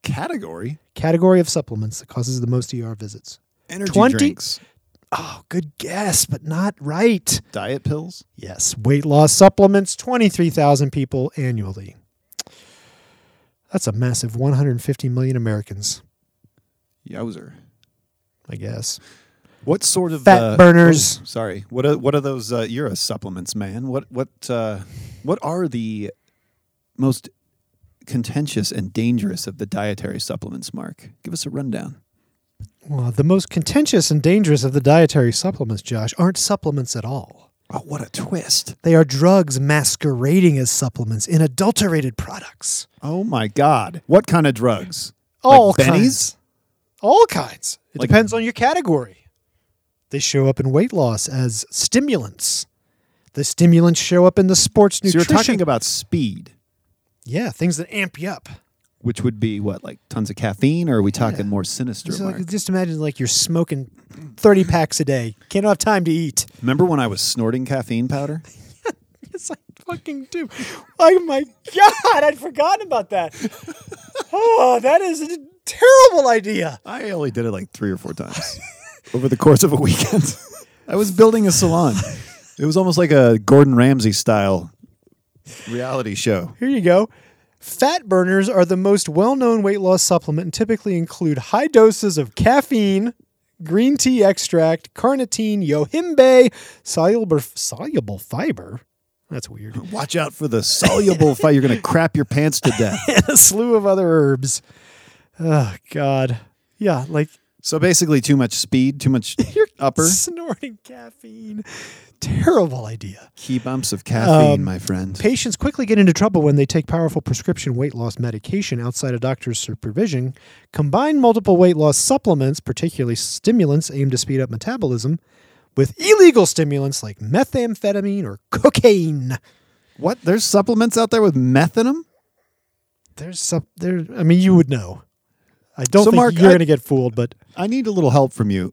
Category? category of supplements that causes the most ER visits. Energy 20 drinks. Oh, good guess, but not right. Diet pills? Yes, weight loss supplements, 23,000 people annually. That's a massive 150 million Americans, Yowzer. I guess. What sort of Fat uh, burners. oh, sorry. What are, what are those? Uh, you're a supplements man. What what uh, what are the most contentious and dangerous of the dietary supplements? Mark, give us a rundown. Well, the most contentious and dangerous of the dietary supplements, Josh, aren't supplements at all. Oh, what a twist! They are drugs masquerading as supplements in adulterated products. Oh my God! What kind of drugs? All like Benny's? kinds. All kinds. It Like- depends on your category. They show up in weight loss as stimulants. The stimulants show up in the sports So nutrition. you're talking about speed, yeah, things that amp you up. which would be what, like tons of caffeine, or are we talking more sinister? So, Mark? like, just imagine like you're smoking 30 packs a day. Can't have time to eat. Remember when I was snorting caffeine powder? Yes, I fucking do. Oh my god, I'd forgotten about that. Oh, that is a terrible idea. I only did it like three or four times over the course of a weekend. I was building a salon. It was almost like a Gordon Ramsay style reality show. Here you go. Fat burners are the most well-known weight loss supplement and typically include high doses of caffeine, green tea extract, carnitine, yohimbae, soluble soluble fiber. That's weird. Watch out for the soluble fight. You're going to crap your pants to death. And a slew of other herbs. Oh god. Yeah, like So basically, too much speed, too much you're upper snorting caffeine. Terrible idea. key bumps of caffeine, my friend. Patients quickly get into trouble when they take powerful prescription weight loss medication outside of doctor's supervision, combine multiple weight loss supplements, particularly stimulants aimed to speed up metabolism, with illegal stimulants like methamphetamine or cocaine. What? There's supplements out there with meth in them? There's some there I mean you would know. I don't So, think Mark, you're I- going to get fooled, but I need a little help from you.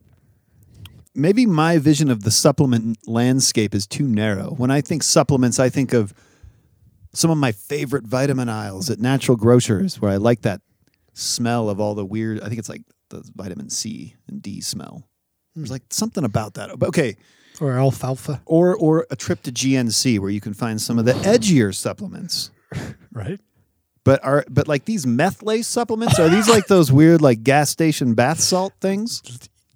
Maybe my vision of the supplement landscape is too narrow. When I think supplements, I think of some of my favorite vitamin aisles at natural grocers where I like that smell of all the weird, I think it's like the vitamin C and D smell. There's like something about that. Okay. or alfalfa, Or or a trip to GNC where you can find some of the edgier supplements. right? But are but like these meth lace supplements, are these like those weird like gas station bath salt things?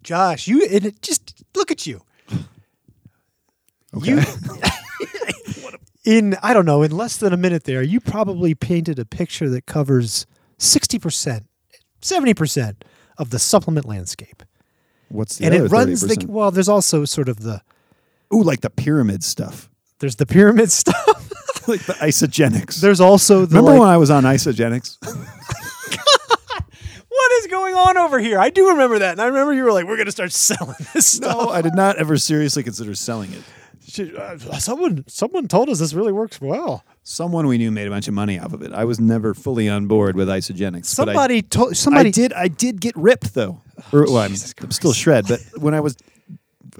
Josh, you and it just look at you. You in I don't know, in less than a minute there, you probably painted a picture that covers 60%, 70% of the supplement landscape. What's the and other it runs 30%? the well, there's also sort of the Ooh, like the pyramid stuff, there's the pyramid stuff. like the isogenics. There's also the Remember like, when I was on isogenics? what is going on over here? I do remember that. And I remember you were like, we're going to start selling this stuff. no, I did not ever seriously consider selling it. Shit, uh, Someone someone told us this really works well. Someone we knew made a bunch of money off of it. I was never fully on board with isogenics. but Somebody told I, somebody I did. I did get ripped though. Or, well, I'm, I'm still shred, but when I was.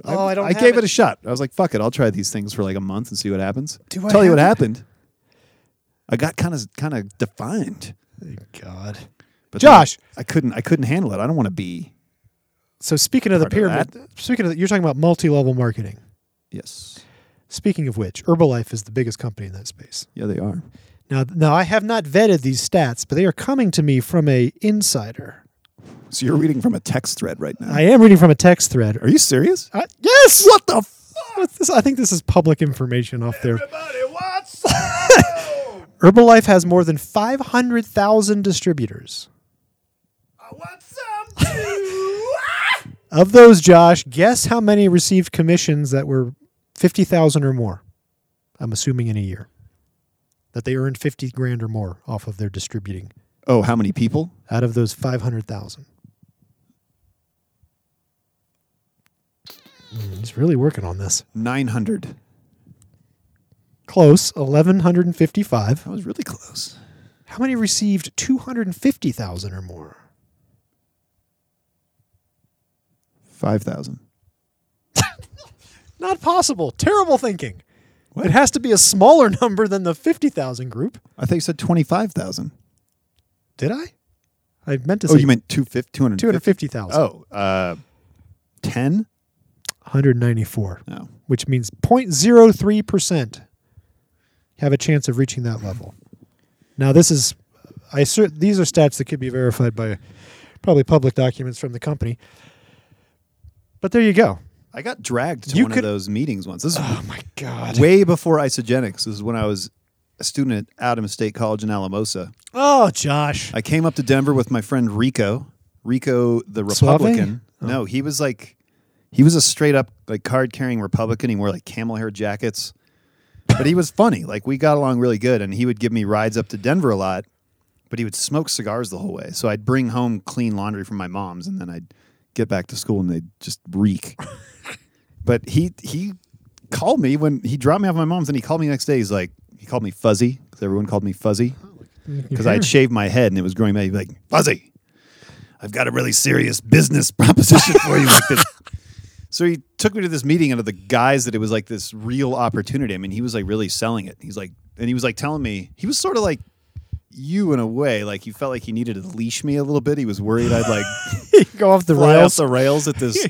Oh, I don't have gave it. it. a shot. I was like, "Fuck it, I'll try these things for like a month and see what happens." Do I Tell you what have happened. I got kind of kind of defined. God. But then Josh. I couldn't. I couldn't handle it. I don't want to be. So speaking of the Part of pyramid, speaking of the, you're talking about multi-level marketing. Yes. Speaking of which, Herbalife is the biggest company in that space. Yeah, they are. Now, now I have not vetted these stats, but they are coming to me from a insider. So you're reading from a text thread right now. I am reading from a text thread. Are you serious? Uh, yes. What the? F- What's this? I think this is public information off there. Everybody wants. Herbalife has more than 500,000 distributors. Of those, Josh, guess how many received commissions that were 50,000 or more? I'm assuming in a year. That they earned 50 grand or more off of their distributing oh, how many people? out of those 500,000. Mm, He's really working on this. Nine hundred. Close, 1,155. That was really close. How many received 250,000 or more? Five thousand. Not possible. Terrible thinking. It has to be a smaller number than the 50,000 group. I thought you said twenty-five thousand. Did I? I meant to Oh, say you meant two fifty? Two hundred. 250,000. Oh, uh, ten. 194, No. which means 0.03% have a chance of reaching that level. Now, this is, I cer- these are stats that could be verified by probably public documents from the company. But there you go. I got dragged to You one could- of those meetings once. This is Oh my god. way before isogenics. This is when I was a student at Adam State College in Alamosa. Oh, Josh. I came up to Denver with my friend Rico. Rico, the Suave? Republican. No, he was like, he was a straight up like card carrying Republican. He wore like camel hair jackets, but he was funny. Like we got along really good, and he would give me rides up to Denver a lot. But he would smoke cigars the whole way. So I'd bring home clean laundry from my mom's, and then I'd get back to school, and they'd just reek. but he he called me when he dropped me off at my mom's, and he called me the next day. He's like, he called me fuzzy because everyone called me fuzzy because I had shaved my head and it was growing back. He'd be like, Fuzzy, I've got a really serious business proposition for you. With this. So he took me to this meeting under the guise that it was like this real opportunity. I mean, he was like really selling it. He's like, and he was like telling me, he was sort of like you in a way. Like he felt like he needed to leash me a little bit. He was worried I'd like go off the fly off rails. the rails at this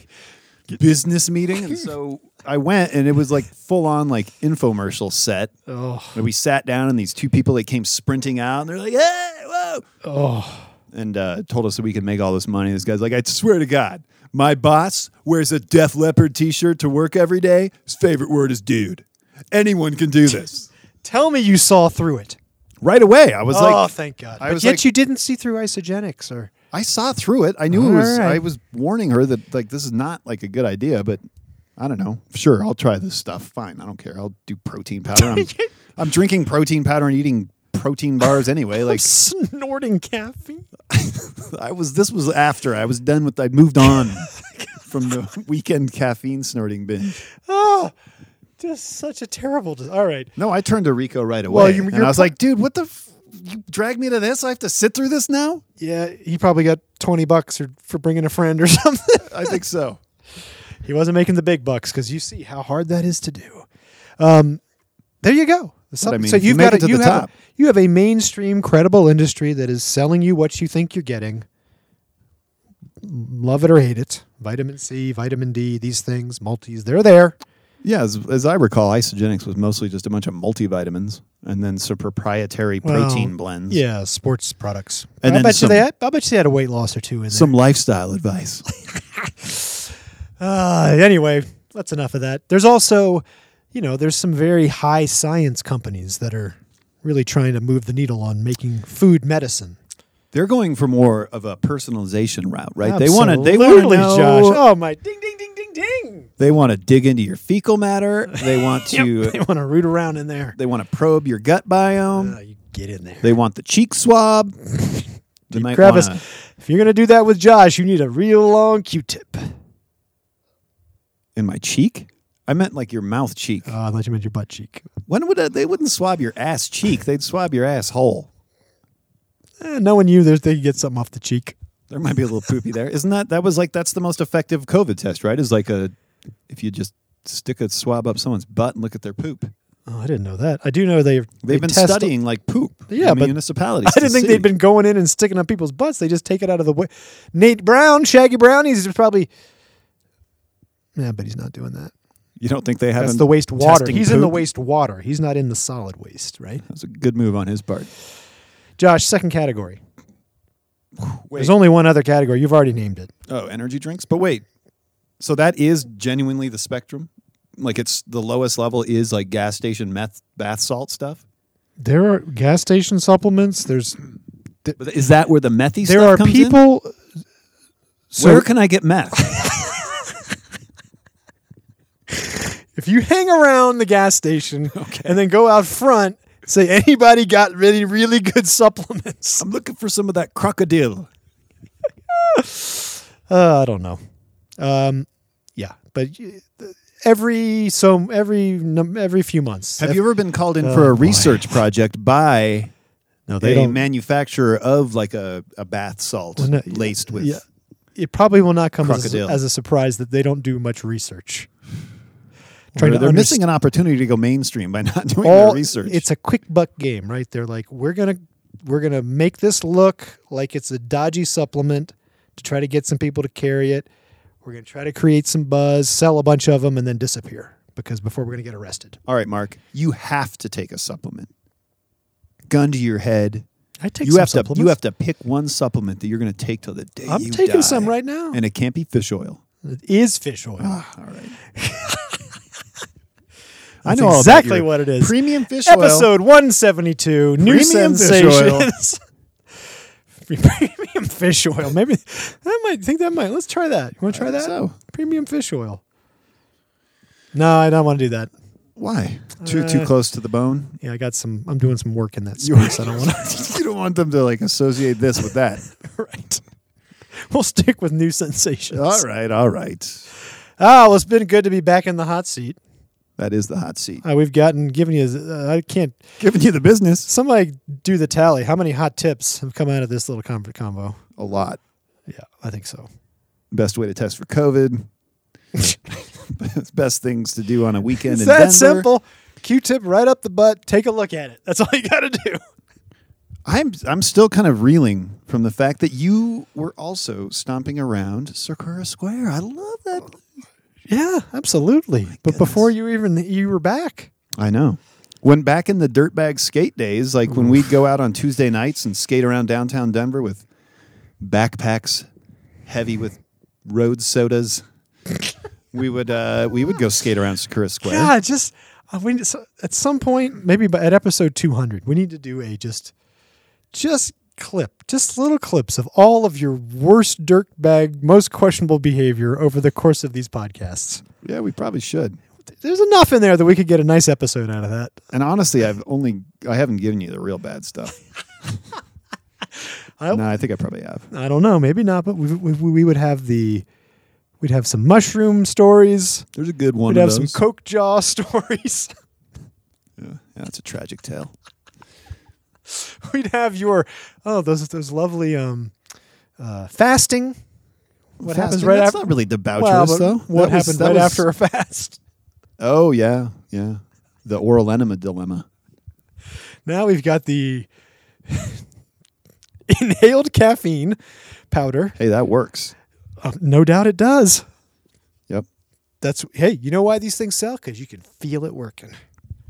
business meeting. And so I went and it was like full on like infomercial set. Oh, And we sat down, and these two people that came sprinting out, and they're like, "Hey, whoa!" oh, And uh, told us that we could make all this money. This guy's like, "I swear to God, my boss wears a Def Leopard T-shirt to work every day. His favorite word is dude. Anyone can do this." tell me you saw through it. right away, I was oh, like, thank God. I but was yet like- you didn't see through isogenics or "I saw through it. I knew it was. All right. I was warning her that like this is not like a good idea, but." I don't know. Sure, I'll try this stuff. Fine. I don't care. I'll do protein powder. I'm, I'm drinking protein powder and eating protein bars anyway. Like snorting caffeine. I was. This was after I was done with. I moved on from the weekend caffeine snorting binge. Oh, just such a terrible. Dis- All right. No, I turned to Rico right away, Well, you- and you're I was pro- like, "Dude, what the? F- you dragged me to this? I have to sit through this now? Yeah, he probably got twenty bucks or for bringing a friend or something. I think so. he wasn't making the big bucks because you see how hard that is to do. Um, there you go. Some- I mean, so if you you've make got it a, to you the have a, top. you have a mainstream credible industry that is selling you what you think you're getting. Love it or hate it, vitamin C, vitamin D, these things, multis, they're there. Yeah, as, as I recall, Isogenics was mostly just a bunch of multivitamins and then some proprietary protein blends. Yeah, sports products. And I then bet some- you they, had- I bet you they had a weight loss or two in some lifestyle advice. there. Uh, anyway, that's enough of that. There's also, you know, there's some very high science companies that are really trying to move the needle on making food medicine. They're going for more of a personalization route, right? They want to. They want to Absolutely, know. Josh. Oh my! Ding ding ding ding ding. They want to dig into your fecal matter. They want to. They want to root around in there. They want to probe your gut biome. Oh, you get in there, They want the cheek swab. They might Travis. wanna- If you're gonna do that with Josh, you need a real long Q-tip. Uh, in my cheek. I meant like your mouth cheek. Oh, I thought you meant your butt cheek. when would I, they wouldn't swab your ass cheek? They'd swab your asshole. Eh, knowing you, there's they could get something off the cheek. There might be a little poopy there. Isn't that that was like that's the most effective COVID test, right? Is like a if you just stick a swab up someone's butt and look at their poop. Oh, I didn't know that. I do know they They've been studying like poop. Yeah, in but municipalities. I didn't to think see. they'd been going in and sticking on people's butts. They just take it out of the way. Nate Brown, Shaggy Brown, he's probably. Yeah, but he's not doing that. You don't think they haven't? That's the waste water. testing He's in the poop? waste water. He's not in the solid waste, right? That's a good move on his part. Josh, second category. Wait. There's only one other category. You've already named it. Oh, energy drinks. But wait, so that is genuinely the spectrum. Like it's the lowest level is like gas station meth bath salt stuff. There are gas station supplements. There's But is that where the methy there stuff are comes in? people. So Where can I get meth? if you hang around the gas station and then go out front, say anybody got really really good supplements. I'm looking for some of that crocodile. Uh, I don't know. Um, yeah, but y- th- every so every num- every few months. Have ev- you ever been called in for a boy. research project by a No, Oh they don't. manufacturer of like a, a bath salt Well, no, yeah, laced with? yeah. It probably will not come as a, Crocodile. as a surprise that they don't do much research. Or they're underst- missing an opportunity to go mainstream by not doing all their research. It's a quick buck game, right? They're like, we're gonna we're gonna make this look like it's a dodgy supplement to try to get some people to carry it. We're gonna try to create some buzz, sell a bunch of them, and then disappear because before we're gonna get arrested. all right, Mark. You have to take a supplement. Gun to your head. I take you have to you have to pick one supplement that you're going to take till the day I'm you taking die. some right now. and it can't be fish oil. It is fish oil. I That's know all about exactly your what it is. Premium fish oil. Episode 172 New Premium fish Sensations. Premium fish oil. Maybe that might think that might. Let's try that. You want to try think that? so. Premium fish oil. No, I don't want to do that. Why? Too Uh, too close to the bone. Yeah, I got some. I'm doing some work in that You, space. I don't want to. you don't want them to like associate this with that. right. We'll stick with new sensations. All right, all right. Oh, well, it's been good to be back in the hot seat. That is the hot seat. Uh, we've gotten given you. Uh, I can't. Giving you the business Somebody do the tally. How many hot tips have come out of this little com- combo? a lot. Yeah, I think so. Best way to test for COVID. Best things to do on a weekend. It's in that Denver. simple. Q-tip right up the butt. Take a look at it. That's all you got to do. I'm I'm still kind of reeling from the fact that you were also stomping around Sakura Square. I love that. Yeah, absolutely. but before you even you were back. I know. When back in the dirtbag skate days, like when we'd go out on Tuesday nights and skate around downtown Denver with backpacks heavy with road sodas, we would uh, we would go skate around Sakura Square. Yeah, just uh, we need- so- at some point, maybe by- at episode 200, we need to do a just just clip, just little clips of all of your worst dirtbag, most questionable behavior over the course of these podcasts. Yeah, we probably should. There's enough in there that we could get a nice episode out of that. And honestly, I've only I haven't given you the real bad stuff. I- no, I think I probably have. I don't know, maybe not, but we, we, we would have the we'd have some mushroom stories. There's a good one. We'd of have some those. Coke jaw stories. Yeah, that's a tragic tale. We'd have your oh those those lovely um uh, fasting. What happens Fasting, right that's after? not really debaucherous, Well, but though. What That was- happened that right was- after a fast? Oh yeah, yeah. The oral enema dilemma. Now we've got the inhaled caffeine powder. Hey, that works. Uh, no doubt it does. Yep, That's hey, you know why these things sell? Because you can feel it working.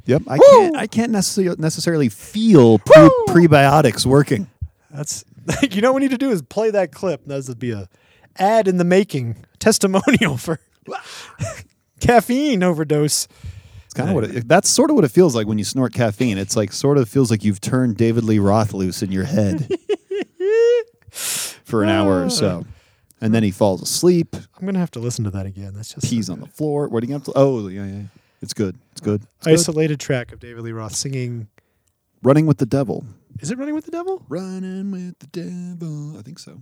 yep. I can't. I can't necessarily necessarily feel pre- prebiotics working. That's you know what we need to do is play that clip. That would be a ad in the making testimonial for caffeine overdose. It's kind of what it, that's sort of what it feels like when you snort caffeine. It's like sort of feels like you've turned David Lee Roth loose in your head for an hour or so, and then he falls asleep, I'm gonna have to listen to that again. That's just pees on the floor. What do you have to? Oh yeah, yeah. It's good. It's good. It's good. isolated track of David Lee Roth singing. Running with the devil. Is it Running with the Devil? Running with the devil. I think so.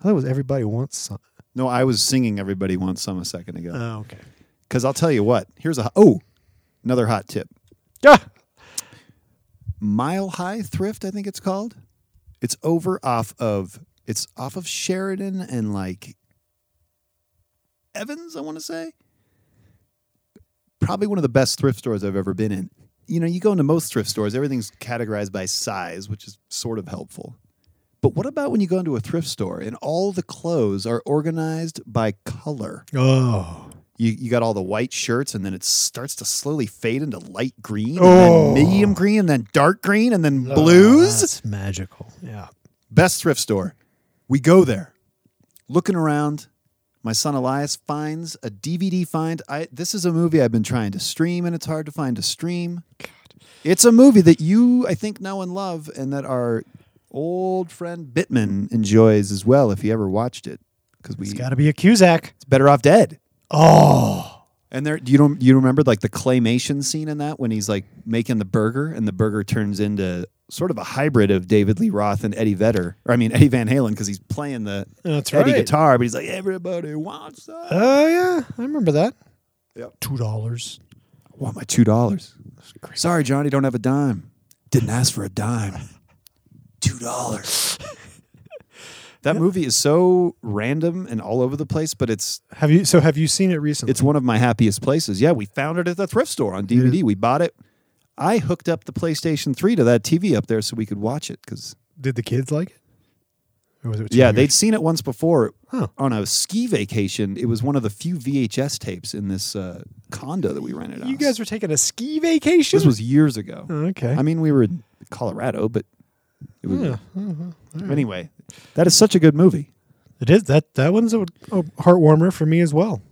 I thought it was Everybody Wants Some. No, I was singing Everybody Wants Some a second ago. Oh, okay. Because I'll tell you what, here's a, oh, another hot tip. Yeah. Mile High Thrift, I think it's called. It's over off of, it's off of Sheridan and like Evans, I want to say. Probably one of the best thrift stores I've ever been in. You know, you go into most thrift stores, everything's categorized by size, which is sort of helpful. But what about when you go into a thrift store and all the clothes are organized by color? Oh. you, you got all the white shirts and then it starts to slowly fade into light green Oh. and then medium green and then dark green and then blues That's magical. Yeah. best thrift store we go there looking around my son elias finds a dvd find I, this is a movie i've been trying to stream and it's hard to find to stream it's a movie that you i think know and love and that our old friend bitman enjoys as well if he ever watched it because we It's got to be a Cusack. it's better off dead Oh. and there, do you don't you remember like the claymation scene in that when he's like making the burger and the burger turns into sort of a hybrid of David Lee Roth and Eddie Vedder, or I mean Eddie Van Halen because he's playing the That's Eddie right. guitar, but he's like everybody wants that. Oh, yeah. I remember that. Yep. $2. I want my two dollars. Sorry, Johnny, don't have a dime. Didn't ask for a dime. Two dollars. that movie is so random and all over the place, but it's Have you? So have you seen it recently? It's one of my happiest places. Yeah, we found it at the thrift store on DVD. We bought it. I hooked up the PlayStation 3 to that TV up there so we could watch it because Did the kids like it? Or was it too yeah, weird? they'd seen it once before Huh. on a ski vacation. It was one of the few VHS tapes in this uh, condo that we rented. You out. guys were taking a ski vacation. this was years ago. Oh, okay. I mean, we were in Colorado, but it was Yeah. Uh-huh. anyway. That is such a good movie. It is that that one's a, a heart warmer for me as well.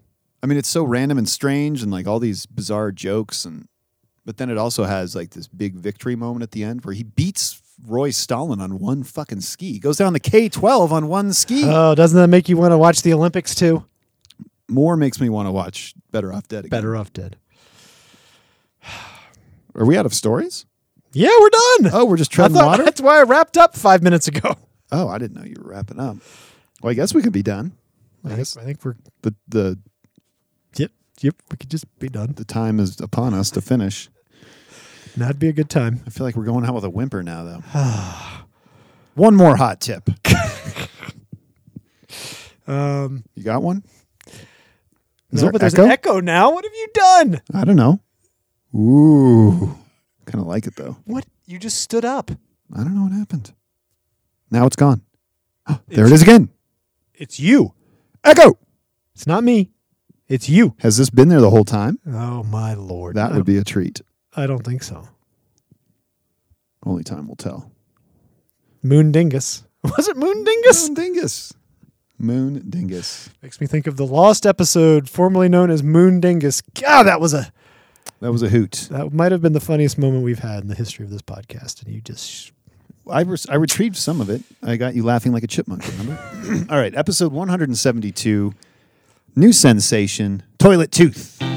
I mean, it's so random and strange, and like all these bizarre jokes, and but then it also has like this big victory moment at the end where he beats Roy Stalin on one fucking ski. He goes down the K twelve on one ski. Oh, doesn't that make you want to watch the Olympics too? More makes me want to watch Better Off Dead. Again. Better off dead. Are we out of stories? Yeah, we're done. Oh, we're just I treading thought water. that's why I wrapped up five minutes ago. Oh, I didn't know you were wrapping up. Well, I guess we could be done. I think, I think we're The the yep yep. We could just be done. the time is upon us to finish. That'd be a good time. I feel like we're going out with a whimper now, though. one more hot tip. Um, You got one? Is no, there but there's echo? an echo now. What have you done? I don't know. Ooh, kind of like it though. What you just stood up. I don't know what happened. Now it's gone. there it is again. It's you. Echo. It's not me. It's you. Has this been there the whole time? Oh my lord. That I would be a treat. don't- I don't think so. Only time will tell. Moon dingus. Was it Moon dingus? Moon dingus. Moon dingus. Makes me think of the lost episode, formerly known as Moon dingus. God, that was a That was a hoot. that might have been the funniest moment we've had in the history of this podcast, and you just I, res- I retrieved some of it. I got you laughing like a chipmunk. Remember? All right, episode 172. New sensation. Toilet tooth.